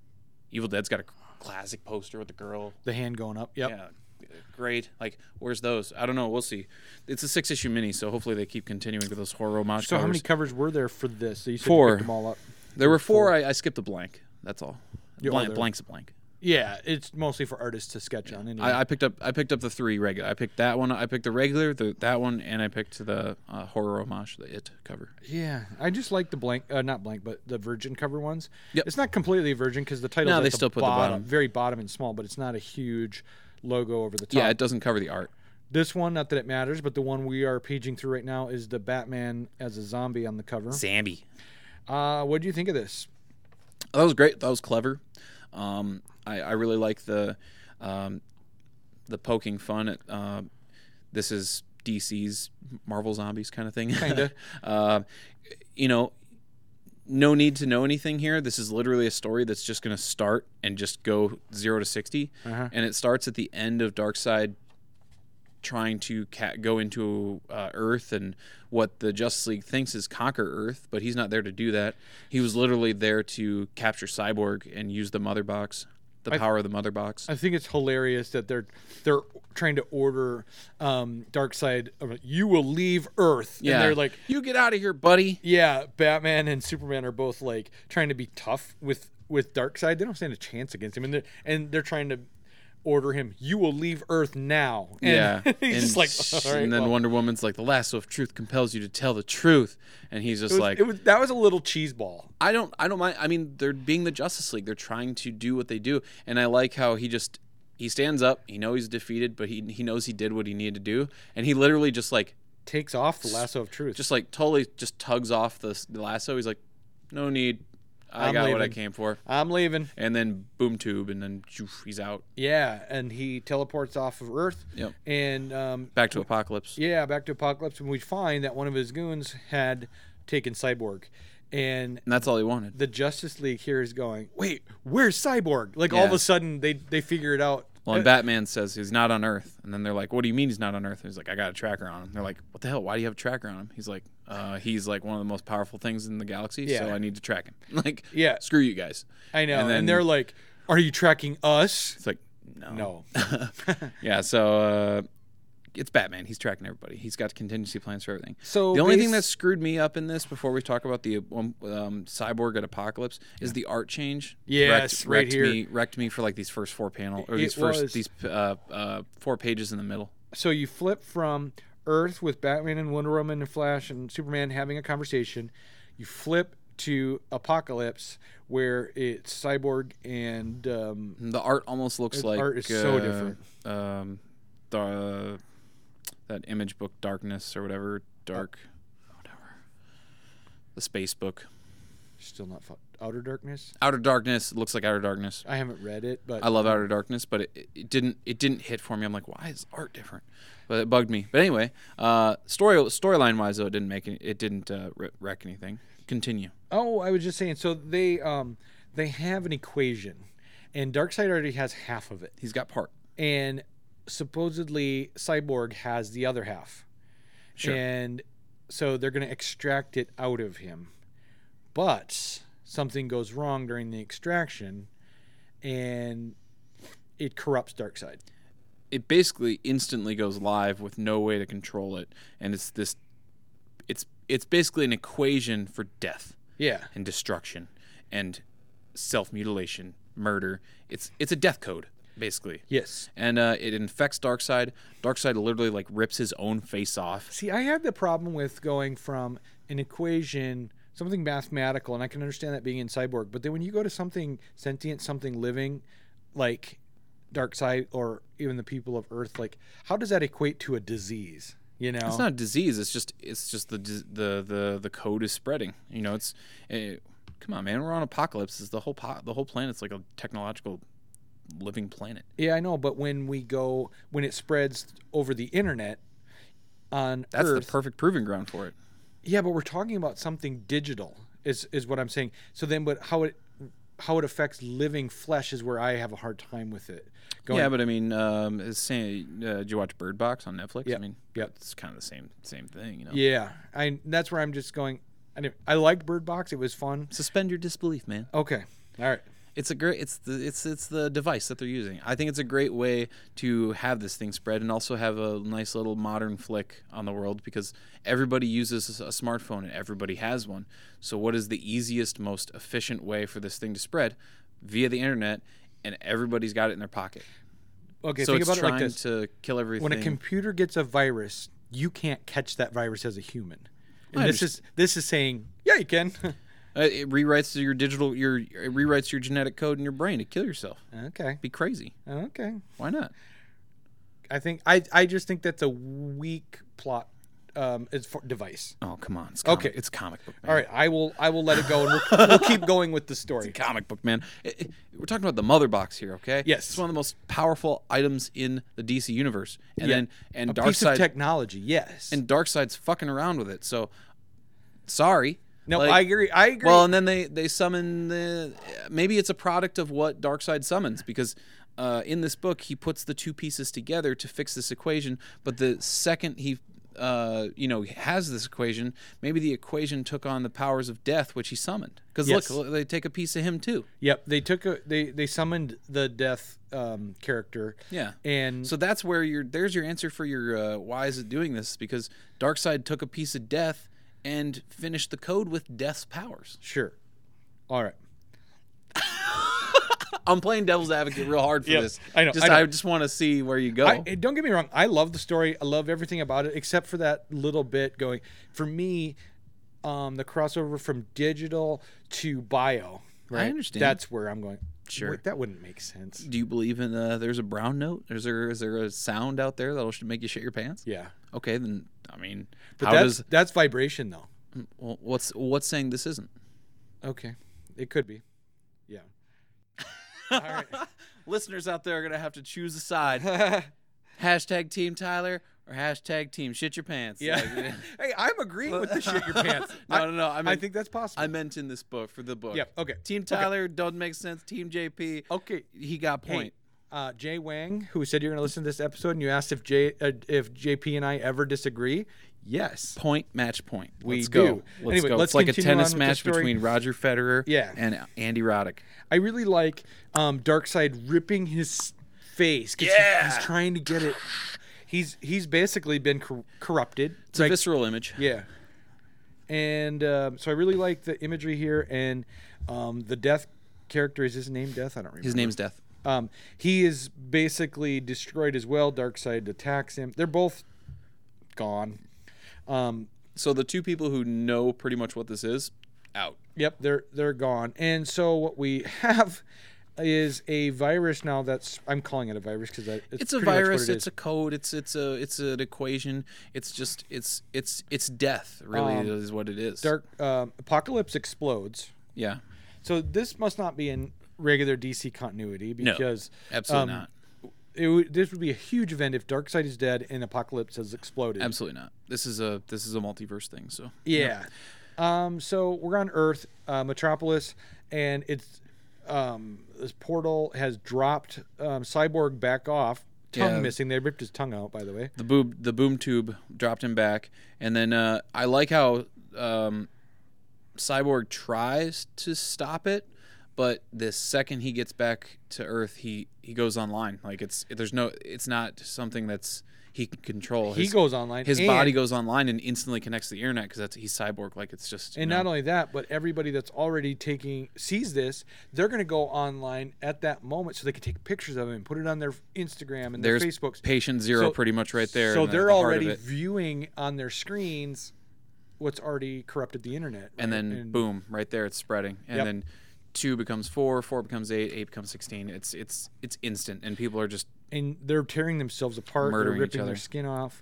Speaker 1: Evil Dead's got a classic poster with the girl.
Speaker 2: The hand going up. Yep.
Speaker 1: Yeah. Great. Like, where's those? I don't know. We'll see. It's a six issue mini, so hopefully they keep continuing with those horror homage
Speaker 2: So how
Speaker 1: covers.
Speaker 2: many covers were there for this? So you said
Speaker 1: Four.
Speaker 2: You picked them all up.
Speaker 1: there were four. I, I skipped a blank. That's all.
Speaker 2: Yeah,
Speaker 1: Blank,
Speaker 2: there-
Speaker 1: blank's a blank.
Speaker 2: Yeah, it's mostly for artists to sketch on. Anyway.
Speaker 1: I, I picked up I picked up the three regular. I picked that one. I picked the regular, the, that one, and I picked the uh, horror homage, the it cover.
Speaker 2: yeah, I just like the blank, uh, not blank, but the Virgin cover ones.
Speaker 1: Yep.
Speaker 2: It's not completely Virgin because the title.
Speaker 1: No,
Speaker 2: at
Speaker 1: they
Speaker 2: the
Speaker 1: still put the
Speaker 2: bottom,
Speaker 1: bottom.
Speaker 2: very bottom and small, but it's not a huge logo over the top.
Speaker 1: Yeah, it doesn't cover the art.
Speaker 2: This one, not that it matters, but the one we are paging through right now is the Batman as a zombie on the cover.
Speaker 1: Zambi.
Speaker 2: Uh, what do you think of this?
Speaker 1: That was great. That was clever. Um, I, I really like the um, the poking fun at um this is DC's Marvel Zombies kind of thing. Kinda. (laughs) uh, you know, no need to know anything here. This is literally a story that's just going to start and just go zero to 60
Speaker 2: Uh-huh.
Speaker 1: and it starts at the end of Darkseid trying to ca- go into uh, Earth and what the Justice League thinks is conquer Earth, but he's not there to do that. He was literally there to capture Cyborg and use the Mother Box. The
Speaker 2: I-
Speaker 1: power of the mother box.
Speaker 2: I think it's hilarious that they're they're trying to order um, Dark Side. You will leave Earth,
Speaker 1: yeah.
Speaker 2: and they're like,
Speaker 1: you get out of here, buddy.
Speaker 2: yeah, Batman and Superman are both like trying to be tough with with Darkseid. They don't stand a chance against him, and they're and they're trying to order him. You will leave Earth now. (laughs)
Speaker 1: yeah.
Speaker 2: And (laughs) he's just like,
Speaker 1: sh-
Speaker 2: all right.
Speaker 1: and then
Speaker 2: well."
Speaker 1: Wonder Woman's like, the lasso of truth compels you to tell the truth. And he's just
Speaker 2: It was-
Speaker 1: like,
Speaker 2: it was that was a little cheese ball.
Speaker 1: I don't I don't mind I mean they're being the Justice League. They're trying to do what they do. And I like how he just he stands up, he knows he's defeated, but he he knows he did what he needed to do. And he literally just like
Speaker 2: Takes off the lasso of truth.
Speaker 1: just like totally just tugs off the, s- the lasso. He's like, No need. I
Speaker 2: I'm
Speaker 1: got what I
Speaker 2: leaving."
Speaker 1: came for.
Speaker 2: I'm leaving.
Speaker 1: And then boom tube and then shoof, he's out.
Speaker 2: Yeah, and he teleports off of Earth.
Speaker 1: Yep.
Speaker 2: And um,
Speaker 1: Back to apocalypse.
Speaker 2: yeah, back to Apocalypse, and we find that one of his goons had taken Cyborg, and
Speaker 1: And that's all he wanted.
Speaker 2: the Justice League here is going, wait, where's Cyborg? Like all of
Speaker 1: Yeah.
Speaker 2: a sudden they they figure it out.
Speaker 1: Well, and Batman says he's not on Earth, and then they're like, "What do you mean he's not on Earth?" And he's like, "I got a tracker on him." They're like, "What the hell? Why do you have a tracker on him?" He's like, uh, "He's like one of the most powerful things in the galaxy, so
Speaker 2: Yeah.
Speaker 1: I need to track him." (laughs) Like,
Speaker 2: Yeah. Uh,
Speaker 1: screw you guys.
Speaker 2: I know, and,
Speaker 1: and then-
Speaker 2: they're like, are you tracking us?
Speaker 1: It's like, no,
Speaker 2: No.
Speaker 1: (laughs) yeah. So uh, it's Batman. He's tracking everybody. He's got contingency plans for everything.
Speaker 2: So
Speaker 1: the only thing that
Speaker 2: bas-
Speaker 1: screwed me up in this, before we talk about the um, um, cyborg at Apocalypse, is the art change.
Speaker 2: Yes,
Speaker 1: wrecked,
Speaker 2: right
Speaker 1: wrecked
Speaker 2: here.
Speaker 1: me, wrecked me for like these first four panel or
Speaker 2: It
Speaker 1: these first
Speaker 2: was-
Speaker 1: these uh, uh, four pages in the middle.
Speaker 2: so you flip from Earth with Batman and Wonder Woman and Flash and Superman having a conversation, you flip to Apocalypse where it's Cyborg and um,
Speaker 1: The art almost looks
Speaker 2: Its
Speaker 1: like uh,
Speaker 2: art is so different.
Speaker 1: Um, the that image book, Darkness or whatever, Dark,
Speaker 2: Oh,
Speaker 1: whatever. The space book,
Speaker 2: still not fu- Outer Darkness.
Speaker 1: Outer Darkness. It looks like Outer Darkness.
Speaker 2: I haven't read it, but
Speaker 1: I love Outer Darkness, but it, it didn't it didn't hit for me. I'm like, why is art different? But it bugged me. But anyway, uh, story storyline wise though, it didn't make any, it didn't uh, wre- wreck anything. Continue.
Speaker 2: Oh, I was just saying. So they um they have an equation, and Darkseid already has half of it,
Speaker 1: He's got part.
Speaker 2: and supposedly Cyborg has the other half.
Speaker 1: Sure.
Speaker 2: And so they're going to extract it out of him, but something goes wrong during the extraction, and it corrupts Darkseid.
Speaker 1: it basically instantly goes live with no way to control it and it's this it's it's basically an equation for death
Speaker 2: Yeah.
Speaker 1: and destruction and self-mutilation murder it's it's a death code basically
Speaker 2: Yes.
Speaker 1: and uh, it infects darkseid darkseid literally like rips his own face off
Speaker 2: See, I had the problem with going from an equation, something mathematical, and I can understand that being in Cyborg, but then when you go to something sentient, something living, like Dark Side or even the people of Earth, like how does that equate to a disease? You know,
Speaker 1: it's not a disease it's just it's just the dis- the the, the code is spreading you know it's eh, come on man we're on apocalypse is the whole po- the whole planet's like a technological living planet
Speaker 2: yeah, I know, but when we go when it spreads over the internet on
Speaker 1: that's
Speaker 2: Earth,
Speaker 1: the perfect proving ground for it
Speaker 2: Yeah, but we're talking about something digital. Is is what I'm saying. So then, but how it how it affects living flesh is where I have a hard time with it. Going,
Speaker 1: Yeah, but I mean, um, it's saying, uh, did you watch Bird Box on Netflix?
Speaker 2: Yep.
Speaker 1: I mean,
Speaker 2: Yep.
Speaker 1: it's kind of the same same thing, you know.
Speaker 2: yeah. I that's where I'm just going. I didn't, I liked Bird Box. It was fun.
Speaker 1: Suspend your disbelief, man.
Speaker 2: Okay. All right.
Speaker 1: It's a great. It's the it's it's the device that they're using. I think it's a great way to have this thing spread and also have a nice little modern flick on the world because everybody uses a smartphone and everybody has one. So what is the easiest, most efficient way for this thing to spread via the internet? And everybody's got it in their pocket.
Speaker 2: Okay.
Speaker 1: so
Speaker 2: think
Speaker 1: it's
Speaker 2: about it
Speaker 1: trying
Speaker 2: like this:
Speaker 1: to kill everything.
Speaker 2: when a computer gets a virus, you can't catch that virus as a human. And
Speaker 1: I
Speaker 2: this is this is saying, yeah, you can. (laughs)
Speaker 1: Uh, it rewrites your digital your it rewrites your genetic code in your brain to kill yourself.
Speaker 2: okay.
Speaker 1: Be crazy.
Speaker 2: Okay.
Speaker 1: Why not?
Speaker 2: I think I I just think that's a weak plot um as for device.
Speaker 1: Oh come on. It's
Speaker 2: Okay.
Speaker 1: It's comic book. Man.
Speaker 2: All right, I will. I will let it go, and we'll, we'll
Speaker 1: (laughs)
Speaker 2: keep going with the story.
Speaker 1: Comic book man. It- it- we're talking about the mother box here, okay?
Speaker 2: Yes.
Speaker 1: It's one of the most powerful items in the DC universe. And
Speaker 2: Yeah.
Speaker 1: then and
Speaker 2: Piece of
Speaker 1: Darkseid
Speaker 2: technology, yes.
Speaker 1: and Darkseid's fucking around with it. So sorry.
Speaker 2: no,
Speaker 1: Like,
Speaker 2: I agree. I agree.
Speaker 1: Well, and then they they summon the maybe it's a product of what Darkseid summons because uh, in this book he puts the two pieces together to fix this equation. But the second he uh, you know, has this equation, maybe the equation took on the powers of death, which he summoned. Because
Speaker 2: Yes.
Speaker 1: look, they take a piece of him too.
Speaker 2: Yep, they took a they they summoned the death um, character.
Speaker 1: Yeah.
Speaker 2: and
Speaker 1: Mm-hmm. So that's where your there's your answer for your uh, why is it doing this? Because Darkseid took a piece of death and finished the code with death's powers.
Speaker 2: sure, all right.
Speaker 1: (laughs) I'm playing devil's advocate real hard for
Speaker 2: Yep.
Speaker 1: this.
Speaker 2: I know,
Speaker 1: Just,
Speaker 2: I know.
Speaker 1: just want to see where you go.
Speaker 2: I, eh, don't get me wrong. I love the story. I love everything about it, except for that little bit going. For me, um, the crossover from digital to bio. Right?
Speaker 1: understand.
Speaker 2: That's where I'm going.
Speaker 1: Sure.
Speaker 2: "Wait, that wouldn't make sense.
Speaker 1: Do you believe in uh, there's a brown note? Is there is there a sound out there that'll sh- make you shit your pants?
Speaker 2: Yeah,
Speaker 1: Okay, then I mean,
Speaker 2: but
Speaker 1: how
Speaker 2: that's
Speaker 1: does
Speaker 2: that's vibration though.
Speaker 1: well, what's what's saying this isn't?
Speaker 2: Okay, it could be.
Speaker 1: (laughs)
Speaker 2: Yeah. All right.
Speaker 1: Listeners out there are gonna have to choose a side. (laughs) hashtag Team Tyler or hashtag Team Shit Your Pants.
Speaker 2: Yeah.
Speaker 1: Like,
Speaker 2: (laughs) hey, I'm agreeing with the shit your pants.
Speaker 1: (laughs) no,
Speaker 2: I,
Speaker 1: no, no. I, mean,
Speaker 2: I think that's possible.
Speaker 1: I meant in this book for the book.
Speaker 2: yeah. Okay.
Speaker 1: Team Tyler doesn't make sense. Team JP.
Speaker 2: Okay.
Speaker 1: He got
Speaker 2: Hey,
Speaker 1: point.
Speaker 2: uh, Jay Wang, who said you're going to listen to this episode, and you asked if Jay, uh, if JP and I ever disagree. Yes.
Speaker 1: Point match point.
Speaker 2: We
Speaker 1: let's
Speaker 2: do.
Speaker 1: go. Let's
Speaker 2: Anyway,
Speaker 1: go.
Speaker 2: let's
Speaker 1: it's like a
Speaker 2: continue on
Speaker 1: tennis
Speaker 2: with the
Speaker 1: match
Speaker 2: story.
Speaker 1: between Roger Federer
Speaker 2: Yeah.
Speaker 1: and Andy Roddick.
Speaker 2: I really like um, Darkseid ripping his face because
Speaker 1: Yeah.
Speaker 2: he's trying to get it. He's he's basically been cor- corrupted.
Speaker 1: It's a visceral image.
Speaker 2: Yeah. And um, so I really like the imagery here, and um, the death character is his name Death. I don't remember.
Speaker 1: His name's Death.
Speaker 2: Um, he is basically destroyed as well. Darkseid attacks him. They're both gone. Um,
Speaker 1: So the two people who know pretty much what this is, out.
Speaker 2: yep, they're they're gone. And so what we have is a virus now. That's I'm calling it a virus because it's,
Speaker 1: It's a
Speaker 2: pretty much what
Speaker 1: virus.
Speaker 2: it
Speaker 1: It's
Speaker 2: is.
Speaker 1: a code. It's it's a it's an equation. It's just it's it's it's death. Really
Speaker 2: Um,
Speaker 1: is what it is.
Speaker 2: dark um, apocalypse explodes.
Speaker 1: Yeah.
Speaker 2: So this must not be in regular DC continuity
Speaker 1: No.
Speaker 2: because
Speaker 1: Absolutely
Speaker 2: um,
Speaker 1: not.
Speaker 2: It would, this would be a huge event if Darkseid is dead and Apocalypse has exploded.
Speaker 1: Absolutely not. This is a this is a multiverse thing. So
Speaker 2: Yeah. Um, so we're on Earth, uh, Metropolis, and it's um, this portal has dropped um, Cyborg back off. Tongue
Speaker 1: Yeah.
Speaker 2: missing. They ripped his tongue out, by the way.
Speaker 1: the boob the boom tube dropped him back and then uh, i like how um, cyborg tries to stop it but the second he gets back to earth he he goes online like it's there's no it's not something that's he can control
Speaker 2: he
Speaker 1: his,
Speaker 2: goes online.
Speaker 1: his
Speaker 2: and,
Speaker 1: body goes online and instantly connects to the internet because that's he's cyborg like it's just you
Speaker 2: And
Speaker 1: know.
Speaker 2: not only that, but everybody that's already taking sees this, they're going to go online at that moment so they can take pictures of him and put it on their Instagram and
Speaker 1: there's
Speaker 2: their Facebooks.
Speaker 1: patient zero
Speaker 2: So-
Speaker 1: pretty much right there
Speaker 2: So
Speaker 1: in the-
Speaker 2: they're
Speaker 1: the heart of
Speaker 2: already
Speaker 1: it.
Speaker 2: viewing on their screens what's already corrupted the internet.
Speaker 1: and
Speaker 2: right?
Speaker 1: then boom, right there, it's spreading, and
Speaker 2: Yep.
Speaker 1: then two becomes four, four becomes eight, eight becomes sixteen. It's it's it's instant, and people are just
Speaker 2: and they're tearing themselves apart,
Speaker 1: Murdering
Speaker 2: they're
Speaker 1: each
Speaker 2: ripping
Speaker 1: other.
Speaker 2: their skin off.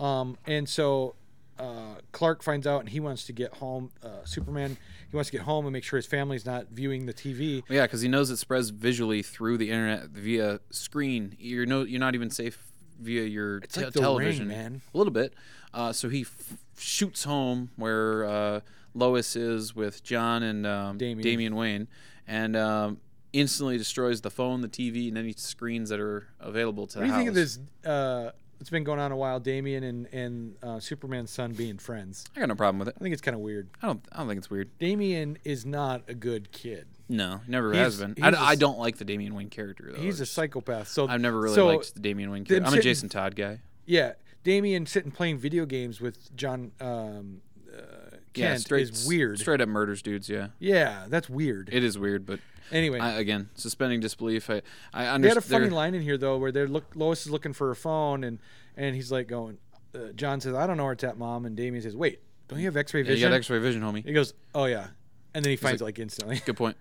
Speaker 2: Um, and so uh, Clark finds out, and he wants to get home. Uh, Superman, he wants to get home and make sure his family's not viewing the TV.
Speaker 1: yeah, because he knows it spreads visually through the internet via screen. You're no, you're not even safe via your te-
Speaker 2: like The
Speaker 1: television,
Speaker 2: Ring, man.
Speaker 1: A little bit. Uh, so he f- shoots home where uh, Lois is with John and um,
Speaker 2: Damian.
Speaker 1: Damian Wayne, and. Um, Instantly destroys the phone, the TV, and any screens that are available to
Speaker 2: What
Speaker 1: the
Speaker 2: do you think of
Speaker 1: house.
Speaker 2: this? Uh, it's been going on a while. Damien and and uh, Superman's son being friends.
Speaker 1: I got no problem with it.
Speaker 2: I think it's kind of weird.
Speaker 1: I don't. I don't think it's weird.
Speaker 2: Damien is not a good kid.
Speaker 1: No, never
Speaker 2: He's-
Speaker 1: has been.
Speaker 2: he's
Speaker 1: I,
Speaker 2: a
Speaker 1: I
Speaker 2: s-
Speaker 1: don't like the Damian Wayne character though.
Speaker 2: He's a
Speaker 1: Oh, It's-
Speaker 2: psychopath. So
Speaker 1: I've never really
Speaker 2: so,
Speaker 1: liked the Damian Wayne character. I'm a
Speaker 2: sitting-
Speaker 1: Jason Todd guy.
Speaker 2: Yeah, Damien sitting playing video games with John um, uh, Kent
Speaker 1: yeah, straight
Speaker 2: is weird.
Speaker 1: Straight up murders dudes. Yeah,
Speaker 2: Yeah, that's weird.
Speaker 1: it is weird, but
Speaker 2: Anyway,
Speaker 1: I, again, suspending disbelief. I I
Speaker 2: they had a
Speaker 1: understand.
Speaker 2: funny line in here though, where they're look Lois is looking for her phone, and and he's like going, uh, John says, "I don't know where it's at, mom," and Damien says, "Wait, don't you have X-ray
Speaker 1: you
Speaker 2: vision?"
Speaker 1: got X-ray vision, homie.
Speaker 2: he goes, "Oh yeah," and then he finds it like instantly.
Speaker 1: Good point.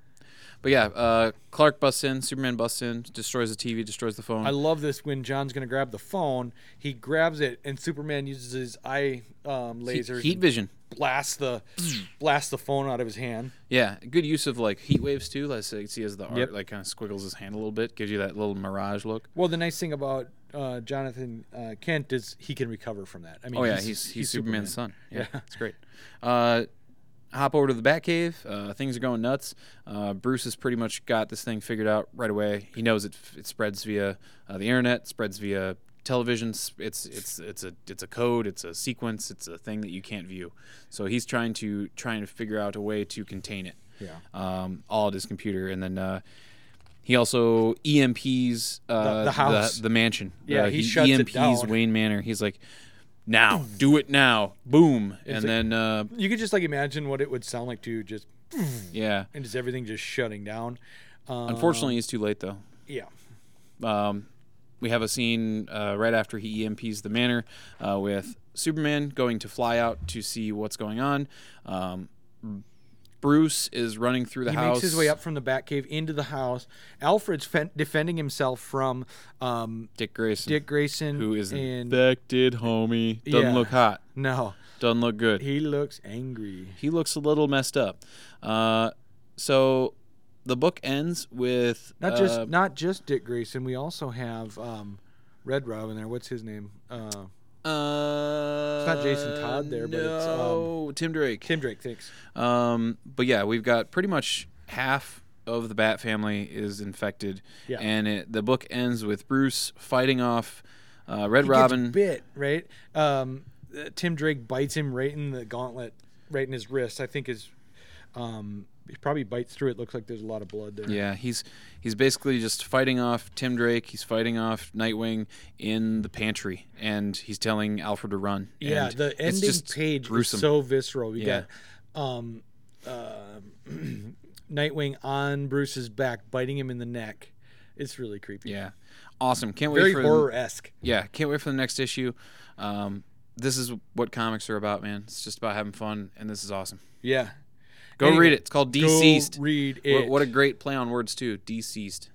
Speaker 1: But yeah, uh, Clark busts in, Superman busts in, destroys the TV, destroys the phone.
Speaker 2: I love this when John's gonna grab the phone. He grabs it, and Superman uses his eye um,
Speaker 1: He-
Speaker 2: lasers
Speaker 1: heat
Speaker 2: and
Speaker 1: vision.
Speaker 2: blasts the blast the phone out of his hand.
Speaker 1: Yeah, good use of like heat waves too. Like see see as the art
Speaker 2: Yep.
Speaker 1: like kind of squiggles his hand a little bit, gives you that little mirage look.
Speaker 2: Well, the nice thing about uh, Jonathan uh, Kent is he can recover from that. I mean,
Speaker 1: Oh yeah, he's he's, Superman's son. Yeah,
Speaker 2: Yeah.
Speaker 1: it's great. Uh, hop over to the Batcave. Uh, things are going nuts. Uh, Bruce has pretty much got this thing figured out right away. He knows it, it spreads via uh, the internet, spreads via television s- it's it's it's a it's a code it's a sequence it's a thing that you can't view so he's trying to trying to figure out a way to contain it
Speaker 2: Yeah.
Speaker 1: um, all at his computer and then uh, he also EMPs uh,
Speaker 2: The- the house.
Speaker 1: the, mansion
Speaker 2: Yeah,
Speaker 1: Uh,
Speaker 2: he shuts it
Speaker 1: EMPs
Speaker 2: down.
Speaker 1: Wayne Manor he's like now do it now boom and
Speaker 2: like-
Speaker 1: then uh,
Speaker 2: You could just like imagine what it would sound like to just
Speaker 1: yeah
Speaker 2: and just everything just shutting down. Um,
Speaker 1: unfortunately he's too late though
Speaker 2: yeah.
Speaker 1: um, we have a scene uh, right after he EMPs the manor uh, with Superman going to fly out to see what's going on. Um, Bruce is running through the
Speaker 2: He
Speaker 1: house.
Speaker 2: makes his way up from the Batcave into the house. Alfred's fen- defending himself from um,
Speaker 1: Dick Grayson,
Speaker 2: Dick Grayson,
Speaker 1: who is
Speaker 2: in
Speaker 1: infected, homie. Doesn't
Speaker 2: Yeah.
Speaker 1: look hot.
Speaker 2: no,
Speaker 1: Doesn't look good.
Speaker 2: he looks angry.
Speaker 1: he looks a little messed up. Uh, so the book ends with
Speaker 2: Not
Speaker 1: uh,
Speaker 2: just not just Dick Grayson. We also have um, Red Robin there. What's his name? Uh,
Speaker 1: uh,
Speaker 2: not Jason Todd there, but it's, um,
Speaker 1: no, Tim Drake.
Speaker 2: Tim Drake. Thanks.
Speaker 1: Um, but yeah, we've got pretty much half of the Bat family is infected,
Speaker 2: Yeah.
Speaker 1: and it, the book ends with Bruce fighting off uh, Red
Speaker 2: He gets
Speaker 1: Robin.
Speaker 2: bit right. Um, uh, Tim Drake bites him right in the gauntlet, right in his wrist. I think his um, he probably bites through. It looks like there's a lot of blood there.
Speaker 1: yeah, he's he's basically just fighting off Tim Drake. He's fighting off Nightwing in the pantry, and he's telling Alfred to run.
Speaker 2: Yeah,
Speaker 1: and
Speaker 2: the
Speaker 1: it's
Speaker 2: ending
Speaker 1: just
Speaker 2: page
Speaker 1: gruesome.
Speaker 2: is so visceral. We
Speaker 1: Yeah.
Speaker 2: got um, uh, (clears throat) Nightwing on Bruce's back, biting him in the neck. It's really creepy.
Speaker 1: yeah, awesome. Can't wait
Speaker 2: Very
Speaker 1: for
Speaker 2: horror esque.
Speaker 1: yeah, can't wait for the next issue. Um, this is what comics are about, man. It's just about having fun, and this is awesome.
Speaker 2: Yeah.
Speaker 1: Go
Speaker 2: Anyway,
Speaker 1: read it. It's called Deceased.
Speaker 2: Go read
Speaker 1: What,
Speaker 2: it.
Speaker 1: what a great play on words too. Deceased.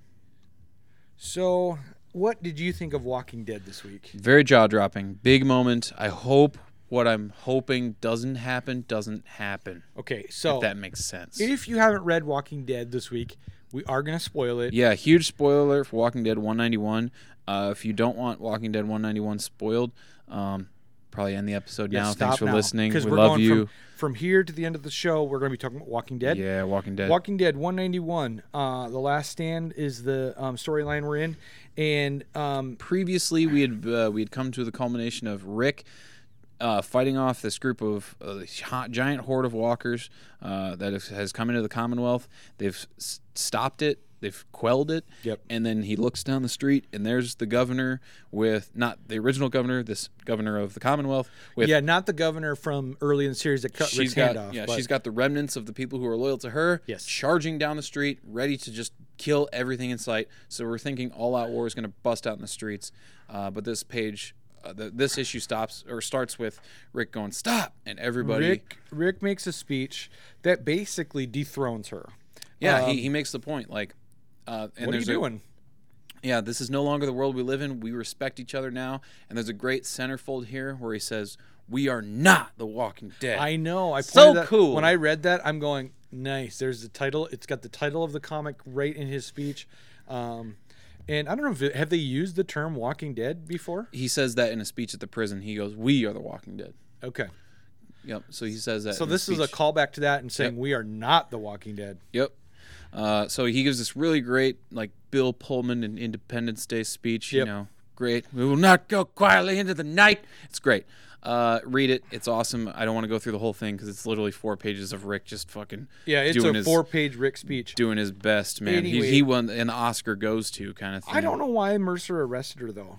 Speaker 2: so, what did you think of Walking Dead this week?
Speaker 1: Very jaw dropping. Big moment. I hope what I'm hoping doesn't happen doesn't happen.
Speaker 2: Okay, so
Speaker 1: If that makes sense.
Speaker 2: if you haven't read Walking Dead this week, we are going to spoil it.
Speaker 1: Yeah, huge spoiler alert for Walking Dead 191. Uh, if you don't want Walking Dead 191 spoiled, um, probably end the episode
Speaker 2: Yeah,
Speaker 1: now.
Speaker 2: stop
Speaker 1: Thanks for
Speaker 2: now,
Speaker 1: listening.
Speaker 2: 'cause
Speaker 1: We
Speaker 2: we're
Speaker 1: love
Speaker 2: going
Speaker 1: you.
Speaker 2: From, from here to the end of the show, we're going to be talking about Walking Dead.
Speaker 1: yeah, Walking Dead.
Speaker 2: Walking Dead 191. Uh, the Last Stand is the um, storyline we're in, and um,
Speaker 1: Previously, we had uh, we had come to the culmination of Rick. Uh, fighting off this group of uh, hot, giant horde of walkers uh, that has- has come into the Commonwealth. They've s- stopped it. They've quelled it.
Speaker 2: Yep.
Speaker 1: And then he looks down the street, and there's the governor with not the original governor, this governor of the Commonwealth with
Speaker 2: yeah, not the governor from early in the series that cut
Speaker 1: she's
Speaker 2: Rick's
Speaker 1: got
Speaker 2: hand off.
Speaker 1: yeah,
Speaker 2: but
Speaker 1: she's got the remnants of the people who are loyal to her.
Speaker 2: Yes.
Speaker 1: charging down the street, ready to just kill everything in sight. So we're thinking all-out war is going to bust out in the streets. Uh, but this page, uh, the, this issue stops or starts with Rick going stop, and everybody.
Speaker 2: Rick. Rick makes a speech that basically dethrones her.
Speaker 1: yeah, he, he makes the point like. Uh, and
Speaker 2: um, What are you
Speaker 1: there's a-
Speaker 2: doing?
Speaker 1: yeah, this is no longer the world we live in. We respect each other now. And there's a great centerfold here where he says, "We are not the Walking Dead."
Speaker 2: I know. I
Speaker 1: So
Speaker 2: pointed that-
Speaker 1: cool.
Speaker 2: When I read that, I'm going, nice. There's the title. It's got the title of the comic right in his speech. Um, and I don't know if it- have they used the term Walking Dead before.
Speaker 1: he says that in a speech at the prison. He goes, "We are the Walking Dead."
Speaker 2: Okay,
Speaker 1: Yep. So he says that.
Speaker 2: so
Speaker 1: in the
Speaker 2: this is a
Speaker 1: speech.
Speaker 2: callback to that and saying we are not the Walking Dead.
Speaker 1: Yep. Uh, so he gives this really great, like Bill Pullman and Independence Day speech. You
Speaker 2: Yep.
Speaker 1: know, great. We will not go quietly into the night. It's great. Uh, read it. It's awesome. I don't want to go through the whole thing because it's literally four pages of Rick just fucking
Speaker 2: Yeah, it's
Speaker 1: doing
Speaker 2: a
Speaker 1: his
Speaker 2: four-page Rick speech.
Speaker 1: doing his best, man.
Speaker 2: Anyway.
Speaker 1: He he won and the Oscar goes to kind of thing.
Speaker 2: I don't know why Mercer arrested her though.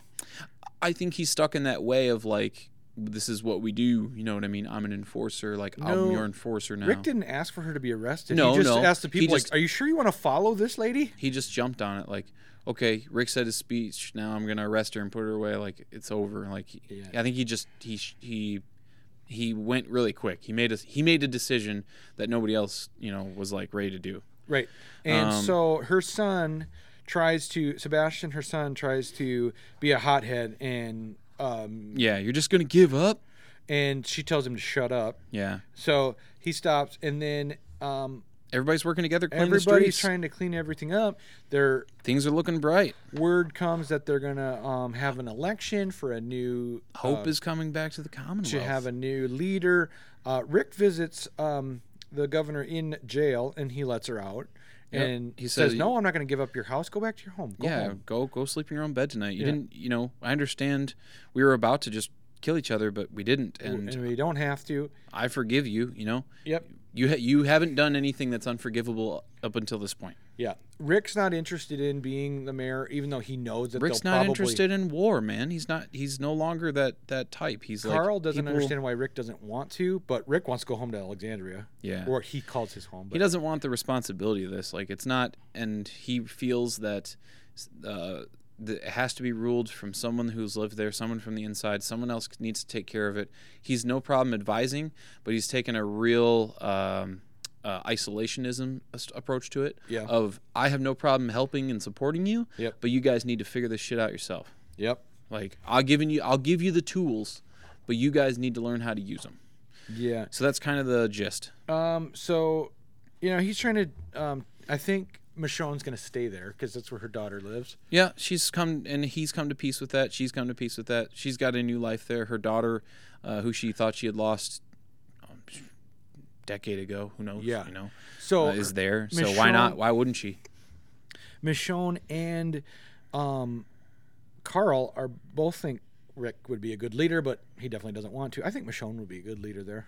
Speaker 1: I think he's stuck in that way of like, this is what we do. You know what I mean? I'm an enforcer. Like
Speaker 2: No.
Speaker 1: I'm your enforcer now.
Speaker 2: Rick didn't ask for her to be arrested.
Speaker 1: No,
Speaker 2: he just
Speaker 1: no.
Speaker 2: asked the
Speaker 1: He
Speaker 2: people
Speaker 1: just-
Speaker 2: like, "Are you sure you want to follow this lady?"
Speaker 1: he just jumped on it like okay rick said his speech now i'm gonna arrest her and put her away like it's over like he-
Speaker 2: Yeah.
Speaker 1: i think he just he sh- he he went really quick he made a he made a decision that nobody else you know was like ready to do
Speaker 2: Right. And
Speaker 1: Um,
Speaker 2: so her son tries to Sebastian, her son tries to be a hothead and um
Speaker 1: yeah you're just gonna give up
Speaker 2: and she tells him to shut up.
Speaker 1: yeah
Speaker 2: So he stops and then um
Speaker 1: everybody's working together clean the
Speaker 2: everybody's
Speaker 1: streets
Speaker 2: trying to clean everything up. Their
Speaker 1: things are looking bright
Speaker 2: word comes that they're gonna um have an election for a new
Speaker 1: hope is coming back to the commonwealth
Speaker 2: Uh, to have a new leader. Uh, Rick visits um, the governor in jail and he lets her out.
Speaker 1: Yep.
Speaker 2: and
Speaker 1: He
Speaker 2: says,
Speaker 1: said-
Speaker 2: "No, I'm not going to give up your house. Go back to your home. Go
Speaker 1: yeah,
Speaker 2: home."
Speaker 1: go go sleep in your own bed tonight. You
Speaker 2: Yeah.
Speaker 1: didn't, you know. I understand we were about to just kill each other, but we didn't,
Speaker 2: And,
Speaker 1: and
Speaker 2: we don't have to.
Speaker 1: I forgive you. You know,
Speaker 2: Yep.
Speaker 1: you ha- you haven't done anything that's unforgivable up until this point.
Speaker 2: Yeah. Rick's not interested in being the mayor, even though he knows that
Speaker 1: Rick's
Speaker 2: they'll
Speaker 1: not
Speaker 2: probably.
Speaker 1: interested in war, man. He's not. He's no longer that that type. He's
Speaker 2: Carl
Speaker 1: like,
Speaker 2: doesn't
Speaker 1: people-
Speaker 2: understand why Rick doesn't want to, but Rick wants to go home to Alexandria,
Speaker 1: Yeah,
Speaker 2: or he calls his home.
Speaker 1: he
Speaker 2: But
Speaker 1: doesn't want the responsibility of this. Like it's not, and he feels that uh, th- it has to be ruled from someone who's lived there, someone from the inside. Someone else needs to take care of it. He's no problem advising, but he's taken a real um, uh, isolationism as- approach to it.
Speaker 2: Yeah.
Speaker 1: Of I have no problem helping and supporting you,
Speaker 2: Yep.
Speaker 1: but you guys need to figure this shit out yourself.
Speaker 2: yep,
Speaker 1: Like I'll giving you, I'll give you the tools, but you guys need to learn how to use them.
Speaker 2: yeah.
Speaker 1: So that's kind of the gist.
Speaker 2: Um, so, you know, he's trying to. Um, I think Michonne's going to stay there because that's where her daughter lives.
Speaker 1: Yeah, she's come and he's come to peace with that. She's come to peace with that. She's got a new life there. Her daughter, uh, who she thought she had lost um, decade ago, who knows?
Speaker 2: Yeah.
Speaker 1: you know,
Speaker 2: So
Speaker 1: uh, is there. So why not?
Speaker 2: Michonne-
Speaker 1: Why wouldn't she?
Speaker 2: Michonne and um, Carl are both think Rick would be a good leader, but he definitely doesn't want to. I think Michonne would be a good leader there.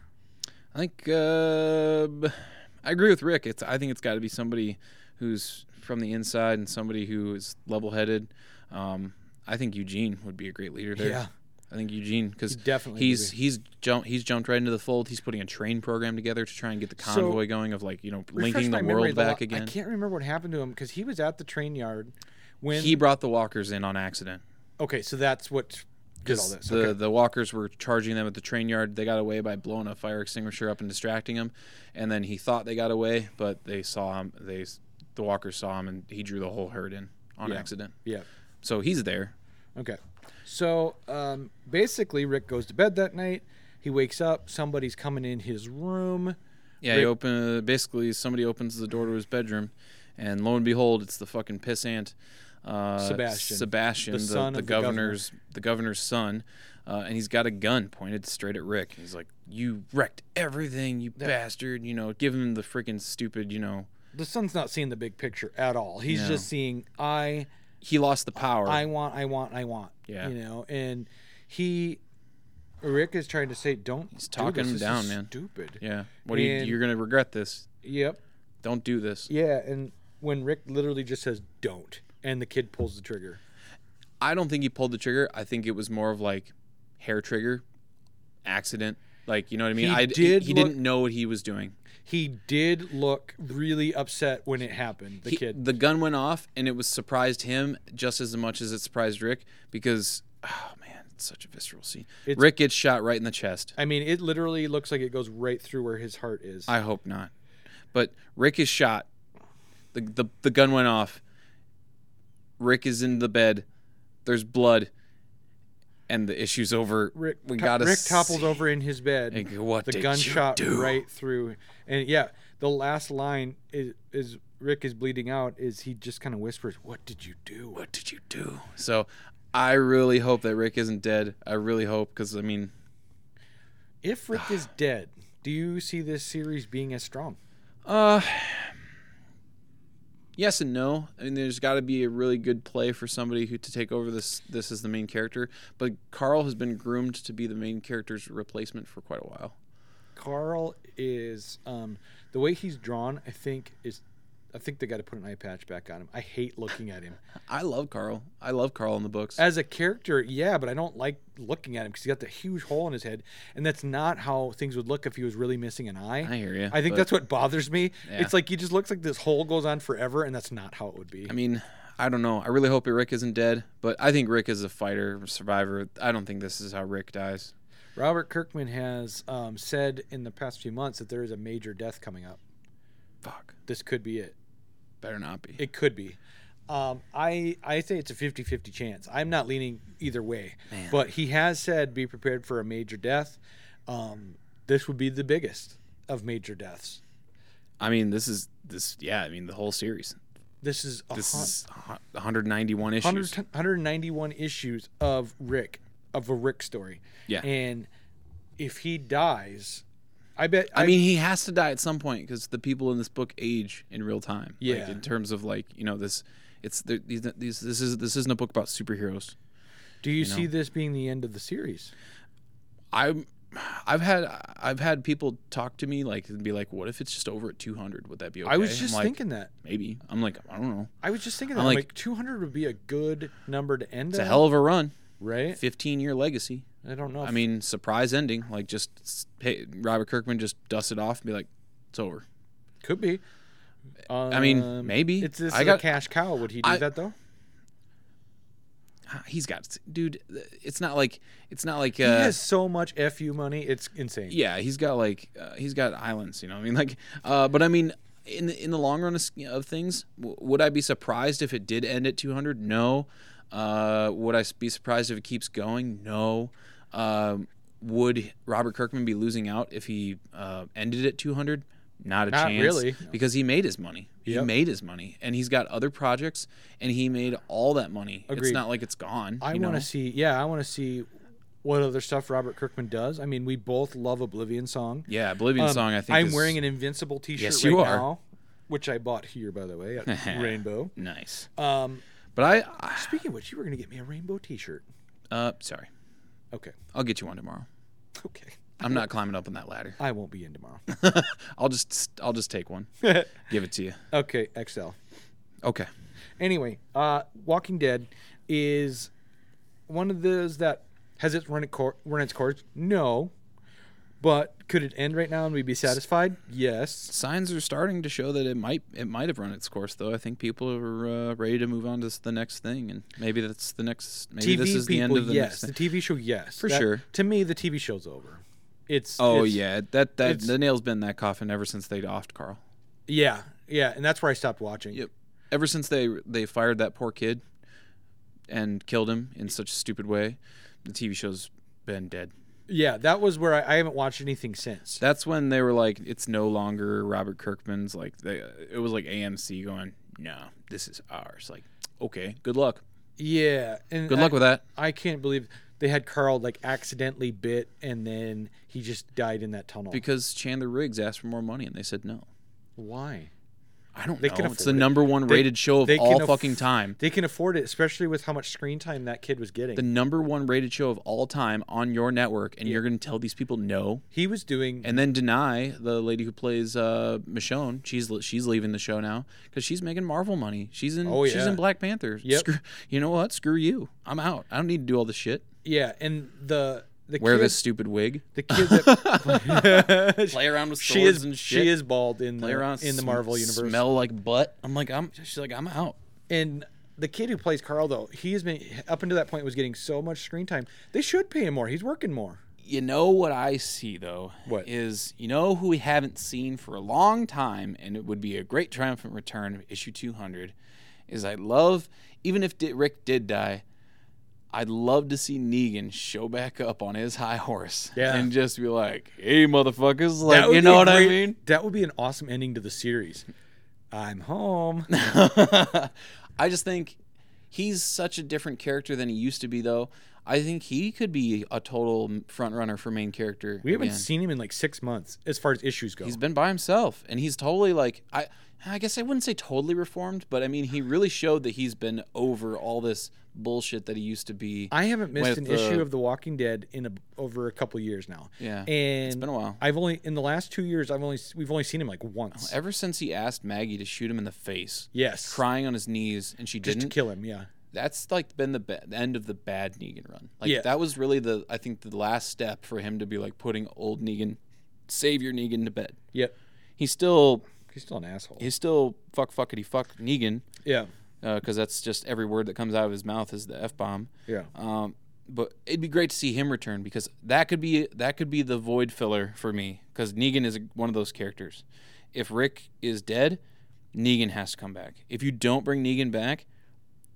Speaker 1: I think uh, b- I agree with Rick. It's I think it's got to be somebody who's from the inside and somebody who is level-headed. Um, I think Eugene would be a great leader there.
Speaker 2: Yeah.
Speaker 1: I think Eugene because
Speaker 2: He definitely would
Speaker 1: he's he's jumped he's jumped right into the fold. He's putting a train program together to try and get the
Speaker 2: So-
Speaker 1: convoy going of like you know
Speaker 2: Refresh
Speaker 1: linking
Speaker 2: my
Speaker 1: the
Speaker 2: memory
Speaker 1: world
Speaker 2: of the
Speaker 1: back
Speaker 2: lo- I
Speaker 1: again.
Speaker 2: can't remember what happened to him because he was at the train yard when.
Speaker 1: He brought the walkers in on accident
Speaker 2: okay, so that's what did all
Speaker 1: because
Speaker 2: this.
Speaker 1: the
Speaker 2: okay.
Speaker 1: the walkers were charging them at the train yard. They got away by blowing a fire extinguisher up and distracting him, and then he thought they got away, but they saw him. They s- the walkers saw him, and he drew the whole herd in on
Speaker 2: Yeah.
Speaker 1: accident.
Speaker 2: Yeah.
Speaker 1: So he's there.
Speaker 2: Okay. So um, basically, Rick goes to bed that night. He wakes up. Somebody's coming in his room.
Speaker 1: Yeah, he open uh, basically somebody opens the door to his bedroom, and lo and behold, it's the fucking piss ant, uh,
Speaker 2: Sebastian.
Speaker 1: Sebastian,
Speaker 2: The
Speaker 1: the,
Speaker 2: son
Speaker 1: the
Speaker 2: of the governor.
Speaker 1: governor's the governor's son, uh, and he's got a gun pointed straight at Rick. He's like, "You wrecked everything, you bastard!" You know, give him the freaking stupid. You know,
Speaker 2: The son's not seeing the big picture at all. He's
Speaker 1: No.
Speaker 2: just seeing I,
Speaker 1: he lost the power.
Speaker 2: I want, I want, I want.
Speaker 1: Yeah.
Speaker 2: You know, and he, Rick is trying to say, don't. He's
Speaker 1: talking him down, man.
Speaker 2: Stupid.
Speaker 1: yeah, what do you?
Speaker 2: And-
Speaker 1: You're gonna regret this.
Speaker 2: Yep.
Speaker 1: Don't do this.
Speaker 2: Yeah, and when Rick literally just says "don't," and the kid pulls the trigger.
Speaker 1: I don't think he pulled the trigger. I think it was more of like hair trigger, accident. Like you know what I mean?
Speaker 2: He
Speaker 1: I
Speaker 2: did
Speaker 1: He, he
Speaker 2: look-
Speaker 1: didn't know what he was doing.
Speaker 2: He did look really upset when it happened. The
Speaker 1: He-
Speaker 2: kid.
Speaker 1: The gun went off, and it was surprised him just as much as it surprised Rick because, oh man, it's such a visceral scene.
Speaker 2: It's-
Speaker 1: Rick gets shot right in the chest.
Speaker 2: I mean, it literally looks like it goes right through where his heart is.
Speaker 1: I hope not, but Rick is shot. The, the the gun went off. Rick is in the bed. There's blood, and the issue's over.
Speaker 2: Rick,
Speaker 1: we
Speaker 2: to-
Speaker 1: gotta.
Speaker 2: Rick topples
Speaker 1: see-
Speaker 2: over in his bed.
Speaker 1: Like, what
Speaker 2: the
Speaker 1: did
Speaker 2: gunshot
Speaker 1: you do?
Speaker 2: right through, and yeah, the last line is, is Rick is bleeding out. Is he just kind of whispers, "What did you do?"
Speaker 1: What did you do? So, I really hope that Rick isn't dead. I really hope because I mean,
Speaker 2: If Rick is dead, do you see this series being as strong?
Speaker 1: Uh Yes and no. I mean, there's got to be a really good play for somebody who to take over this this as the main character. But Carl has been groomed to be the main character's replacement for quite a while.
Speaker 2: Carl is um, the way he's drawn. I think is, I think they got to put an eye patch back on him. I hate looking at him
Speaker 1: (laughs) I love Carl. I love Carl in the books.
Speaker 2: as a character. Yeah, but I don't like looking at him because he got that huge hole in his head, and that's not how things would look if he was really missing an eye.
Speaker 1: I hear you.
Speaker 2: I think that's what bothers me.
Speaker 1: Yeah.
Speaker 2: It's like he just looks like this hole goes on forever, and that's not how it would be.
Speaker 1: I mean, I don't know. I really hope Rick isn't dead, but I think Rick is a fighter, survivor. I don't think this is how Rick dies.
Speaker 2: Robert Kirkman has um, said in the past few months that there is a major death coming up.
Speaker 1: Fuck.
Speaker 2: This could be it.
Speaker 1: Better not be.
Speaker 2: It could be. Um, I I say it's a 50-50 chance. I'm not leaning either way, but he has said be prepared for a major death. Um, this would be the biggest of major deaths.
Speaker 1: I mean, this is this. Yeah, I mean, the whole series.
Speaker 2: This is a
Speaker 1: This
Speaker 2: hun-
Speaker 1: is a hu- 191 issues.
Speaker 2: 100, 191 issues of Rick of a Rick story.
Speaker 1: Yeah.
Speaker 2: And if he dies, I bet.
Speaker 1: I mean, he has to die at some point because the people in this book age in real time. Like,
Speaker 2: Yeah.
Speaker 1: in terms of like you know this, it's there- these, these this is this isn't a book about superheroes.
Speaker 2: do you,
Speaker 1: know.
Speaker 2: see this being the end of the series?
Speaker 1: I'm. I've had I've had people talk to me like and be like, "What if it's just over at 200? Would that be okay?"
Speaker 2: I was
Speaker 1: I'm
Speaker 2: just
Speaker 1: like,
Speaker 2: thinking that.
Speaker 1: maybe. I'm like, I don't know.
Speaker 2: I was just thinking that.
Speaker 1: I'm
Speaker 2: I'm
Speaker 1: like-
Speaker 2: like, 200 would be a good number to end
Speaker 1: It's a
Speaker 2: on,
Speaker 1: hell of a run.
Speaker 2: right?
Speaker 1: 15 year legacy.
Speaker 2: I don't know.
Speaker 1: I
Speaker 2: if-
Speaker 1: mean, surprise ending. Like just s- hey, Robert Kirkman just dust it off and be like, "It's over."
Speaker 2: could be.
Speaker 1: I mean,
Speaker 2: Um,
Speaker 1: maybe.
Speaker 2: It's this
Speaker 1: I
Speaker 2: is
Speaker 1: got-
Speaker 2: a cash cow. Would he do
Speaker 1: I-
Speaker 2: that though?
Speaker 1: He's got dude. It's not like it's not like uh,
Speaker 2: he has so much fu money. It's insane.
Speaker 1: yeah he's got like uh, he's got islands you know what i mean (laughs) like uh, but i mean in the, in the long run of, s- of things w- would i be surprised if it did end at 200 no uh, would i s- be surprised if it keeps going no um, would robert kirkman be losing out if he uh, ended at 200 not a
Speaker 2: Not
Speaker 1: chance
Speaker 2: really.
Speaker 1: because he made his money he
Speaker 2: Yep.
Speaker 1: made his money and he's got other projects and he made all that money it's
Speaker 2: Agreed.
Speaker 1: not like it's gone
Speaker 2: I
Speaker 1: you
Speaker 2: want
Speaker 1: know?
Speaker 2: to see. Yeah, I want to see what other stuff Robert Kirkman does. I mean, we both love Oblivion Song.
Speaker 1: yeah oblivion
Speaker 2: Um,
Speaker 1: song i think
Speaker 2: I'm
Speaker 1: is
Speaker 2: wearing an Invincible T-shirt
Speaker 1: Yes,
Speaker 2: right
Speaker 1: you are.
Speaker 2: now, which I bought here, by the
Speaker 1: (laughs)
Speaker 2: way, at Rainbow.
Speaker 1: nice
Speaker 2: Um,
Speaker 1: but i, I
Speaker 2: speaking of which, you were going to get me a Rainbow T-shirt.
Speaker 1: uh, sorry (laughs)
Speaker 2: Okay,
Speaker 1: I'll get you one tomorrow.
Speaker 2: okay,
Speaker 1: I'm not climbing up on that ladder. (laughs)
Speaker 2: I won't be in tomorrow. (laughs)
Speaker 1: I'll just I'll just take one. Give it to you.
Speaker 2: okay, XL.
Speaker 1: Okay.
Speaker 2: Anyway, uh, Walking Dead is one of those that has its run, it cor- run its course. No, but could it end right now and we'd be satisfied? Yes.
Speaker 1: Signs are starting to show that it might it might have run its course though. I think people are uh, ready to move on to s- the next thing and maybe that's the next maybe
Speaker 2: TV
Speaker 1: this is the
Speaker 2: people,
Speaker 1: end of the
Speaker 2: yes.
Speaker 1: next thing.
Speaker 2: The TV show, yes.
Speaker 1: For
Speaker 2: That-
Speaker 1: sure.
Speaker 2: To me, the TV show's over. It's
Speaker 1: Oh
Speaker 2: it's-
Speaker 1: yeah, that that
Speaker 2: it's-
Speaker 1: the nail's been in that coffin ever since they offed Carl.
Speaker 2: yeah, yeah, and that's where I stopped watching.
Speaker 1: Yep. Ever since they they fired that poor kid and killed him in such a stupid way, the TV show's been dead.
Speaker 2: Yeah, that was where I, I haven't watched anything since.
Speaker 1: That's when they were like, it's no longer Robert Kirkman's. Like, they, it was like AMC going, no, this is ours. Like, okay, good luck.
Speaker 2: Yeah, and
Speaker 1: Good
Speaker 2: I,
Speaker 1: luck with that.
Speaker 2: I can't believe they had Carl like accidentally bit and then he just died in that tunnel.
Speaker 1: Because Chandler Riggs asked for more money and they said no.
Speaker 2: Why?
Speaker 1: I don't
Speaker 2: They
Speaker 1: know.
Speaker 2: can
Speaker 1: It's the
Speaker 2: afford it.
Speaker 1: number one
Speaker 2: They-
Speaker 1: rated show of
Speaker 2: they
Speaker 1: all
Speaker 2: can aff-
Speaker 1: fucking time.
Speaker 2: They can afford it, especially with how much screen time that kid was getting.
Speaker 1: The number one rated show of all time on your network, and you're going to tell these people no,
Speaker 2: he was doing
Speaker 1: and then deny the lady who plays uh, Michonne. She's le- she's leaving the show now because she's making Marvel money. She's in
Speaker 2: Oh,
Speaker 1: she's
Speaker 2: yeah.
Speaker 1: in Black Panther.
Speaker 2: Yep.
Speaker 1: Screw, you know what? Screw you. I'm out. I don't need to do all this shit.
Speaker 2: yeah, and the the
Speaker 1: wear
Speaker 2: kid,
Speaker 1: this stupid wig,
Speaker 2: the
Speaker 1: (laughs)
Speaker 2: kid that (laughs)
Speaker 1: play around with
Speaker 2: she
Speaker 1: swords
Speaker 2: is
Speaker 1: and shit,
Speaker 2: she is bald in
Speaker 1: play
Speaker 2: the,
Speaker 1: around
Speaker 2: in the
Speaker 1: sm-
Speaker 2: Marvel universe.
Speaker 1: Smell like butt. I'm like I'm. She's like I'm out.
Speaker 2: And the kid who plays Carl though, he has been up until that point was getting so much screen time. They should pay him more. He's working more.
Speaker 1: You know what I see though?
Speaker 2: What?
Speaker 1: is you know who we haven't seen for a long time, and it would be a great triumphant return of issue 200. Is I love even if Di- Rick did die. I'd love to see Negan show back up on his high horse
Speaker 2: Yeah.
Speaker 1: and just be like, "Hey, motherfuckers!" Like,
Speaker 2: That would
Speaker 1: you
Speaker 2: be
Speaker 1: know
Speaker 2: a
Speaker 1: what I
Speaker 2: great-
Speaker 1: mean?
Speaker 2: That would be an awesome ending to the series.
Speaker 1: (laughs)
Speaker 2: I'm home.
Speaker 1: I just think he's such a different character than he used to be, though. I think he could be a total front runner for main character.
Speaker 2: We haven't
Speaker 1: again.
Speaker 2: seen him in like six months as far as issues go.
Speaker 1: He's been by himself, and he's totally like I. I guess I wouldn't say totally reformed, but I mean he really showed that he's been over all this bullshit that he used to be.
Speaker 2: I haven't missed
Speaker 1: with uh,
Speaker 2: an
Speaker 1: the-
Speaker 2: issue of The Walking Dead in a, over a couple years now.
Speaker 1: Yeah,
Speaker 2: and
Speaker 1: it's been a while.
Speaker 2: I've only in the last two years I've only we've only seen him like once.
Speaker 1: Ever since he asked Maggie to shoot him in the face,
Speaker 2: yes,
Speaker 1: crying on his knees, and she
Speaker 2: just to
Speaker 1: didn't.
Speaker 2: kill him. Yeah,
Speaker 1: that's like been the, ba- the end of the bad Negan run. Like
Speaker 2: Yeah.
Speaker 1: that was really the I think the last step for him to be like putting old Negan, savior Negan to bed.
Speaker 2: yep.
Speaker 1: He's still
Speaker 2: He's still an asshole.
Speaker 1: he's still fuck fuckity fuck Negan
Speaker 2: yeah,
Speaker 1: because that's just every word that comes out of his mouth is the f bomb.
Speaker 2: yeah.
Speaker 1: Um, but it'd be great to see him return because that could be that could be the void filler for me because Negan is one of those characters. If Rick is dead, Negan has to come back. If you don't bring Negan back,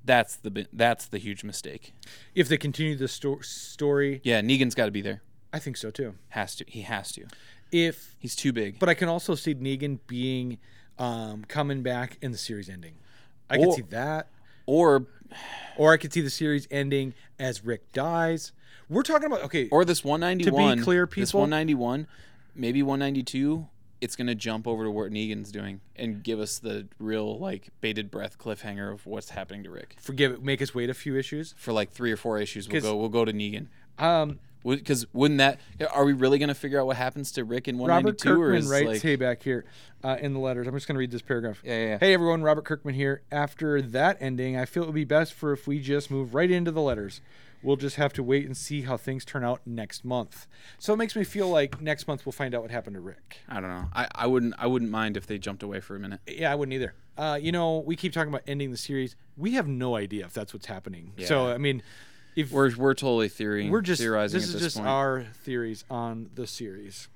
Speaker 1: that's the bi- that's the huge mistake.
Speaker 2: If they continue the sto- story,
Speaker 1: Yeah, Negan's got to be there.
Speaker 2: I think so too.
Speaker 1: Has to. He has to.
Speaker 2: If
Speaker 1: He's too big.
Speaker 2: but I can also see Negan being um, coming back in the series ending. I could
Speaker 1: Or-
Speaker 2: see that,
Speaker 1: Or
Speaker 2: or I could see the series ending as Rick dies. We're talking about okay.
Speaker 1: or this 191.
Speaker 2: To be clear,
Speaker 1: this
Speaker 2: people-
Speaker 1: 191 maybe 192 it's going to jump over to what Negan's doing and give us the real like bated breath cliffhanger of what's happening to Rick.
Speaker 2: Forgive it. Make us wait a few issues.
Speaker 1: For like 3 or 4 issues we'll
Speaker 2: 'Cause-
Speaker 1: go we'll go to Negan.
Speaker 2: Um,
Speaker 1: Cuz wouldn't that are we really going to figure out what happens to Rick in
Speaker 2: Robert
Speaker 1: 192 or
Speaker 2: Kirkman
Speaker 1: is
Speaker 2: writes,
Speaker 1: like
Speaker 2: "Hey, back here uh, in the letters." I'm just going to read this paragraph.
Speaker 1: Yeah, yeah, yeah.
Speaker 2: Hey, everyone. Robert Kirkman here. After that ending, I feel it would be best for if we just move right into the letters. We'll just have to wait and see how things turn out next month. So it makes me feel like next month we'll find out what happened to Rick.
Speaker 1: I don't know. I, I wouldn't I wouldn't mind if they jumped away for a minute.
Speaker 2: Yeah, I wouldn't either. Uh, you know, we keep talking about ending the series. We have no idea if that's what's happening. So I mean, if
Speaker 1: We're we're totally theorying.
Speaker 2: we're just
Speaker 1: theorizing
Speaker 2: this
Speaker 1: at
Speaker 2: is
Speaker 1: this
Speaker 2: just
Speaker 1: point.
Speaker 2: our theories on the series.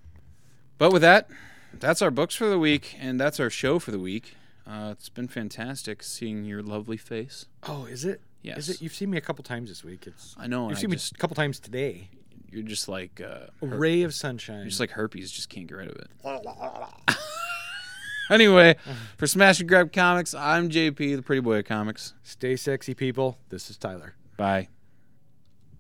Speaker 1: But with that, that's our books for the week, and that's our show for the week. Uh, it's been fantastic seeing your lovely face.
Speaker 2: Oh, is it?
Speaker 1: Yes.
Speaker 2: Is it? You've seen me a couple times this week. It's
Speaker 1: I know. And
Speaker 2: you've
Speaker 1: I
Speaker 2: seen
Speaker 1: just,
Speaker 2: me a couple times today.
Speaker 1: you're just like uh,
Speaker 2: A
Speaker 1: her-
Speaker 2: ray of sunshine.
Speaker 1: just like herpes, just can't get rid of it.
Speaker 2: (laughs)
Speaker 1: anyway, for Smash and Grab Comics, I'm JP, the Pretty Boy of Comics.
Speaker 2: Stay sexy, people. This is Tyler.
Speaker 1: Bye.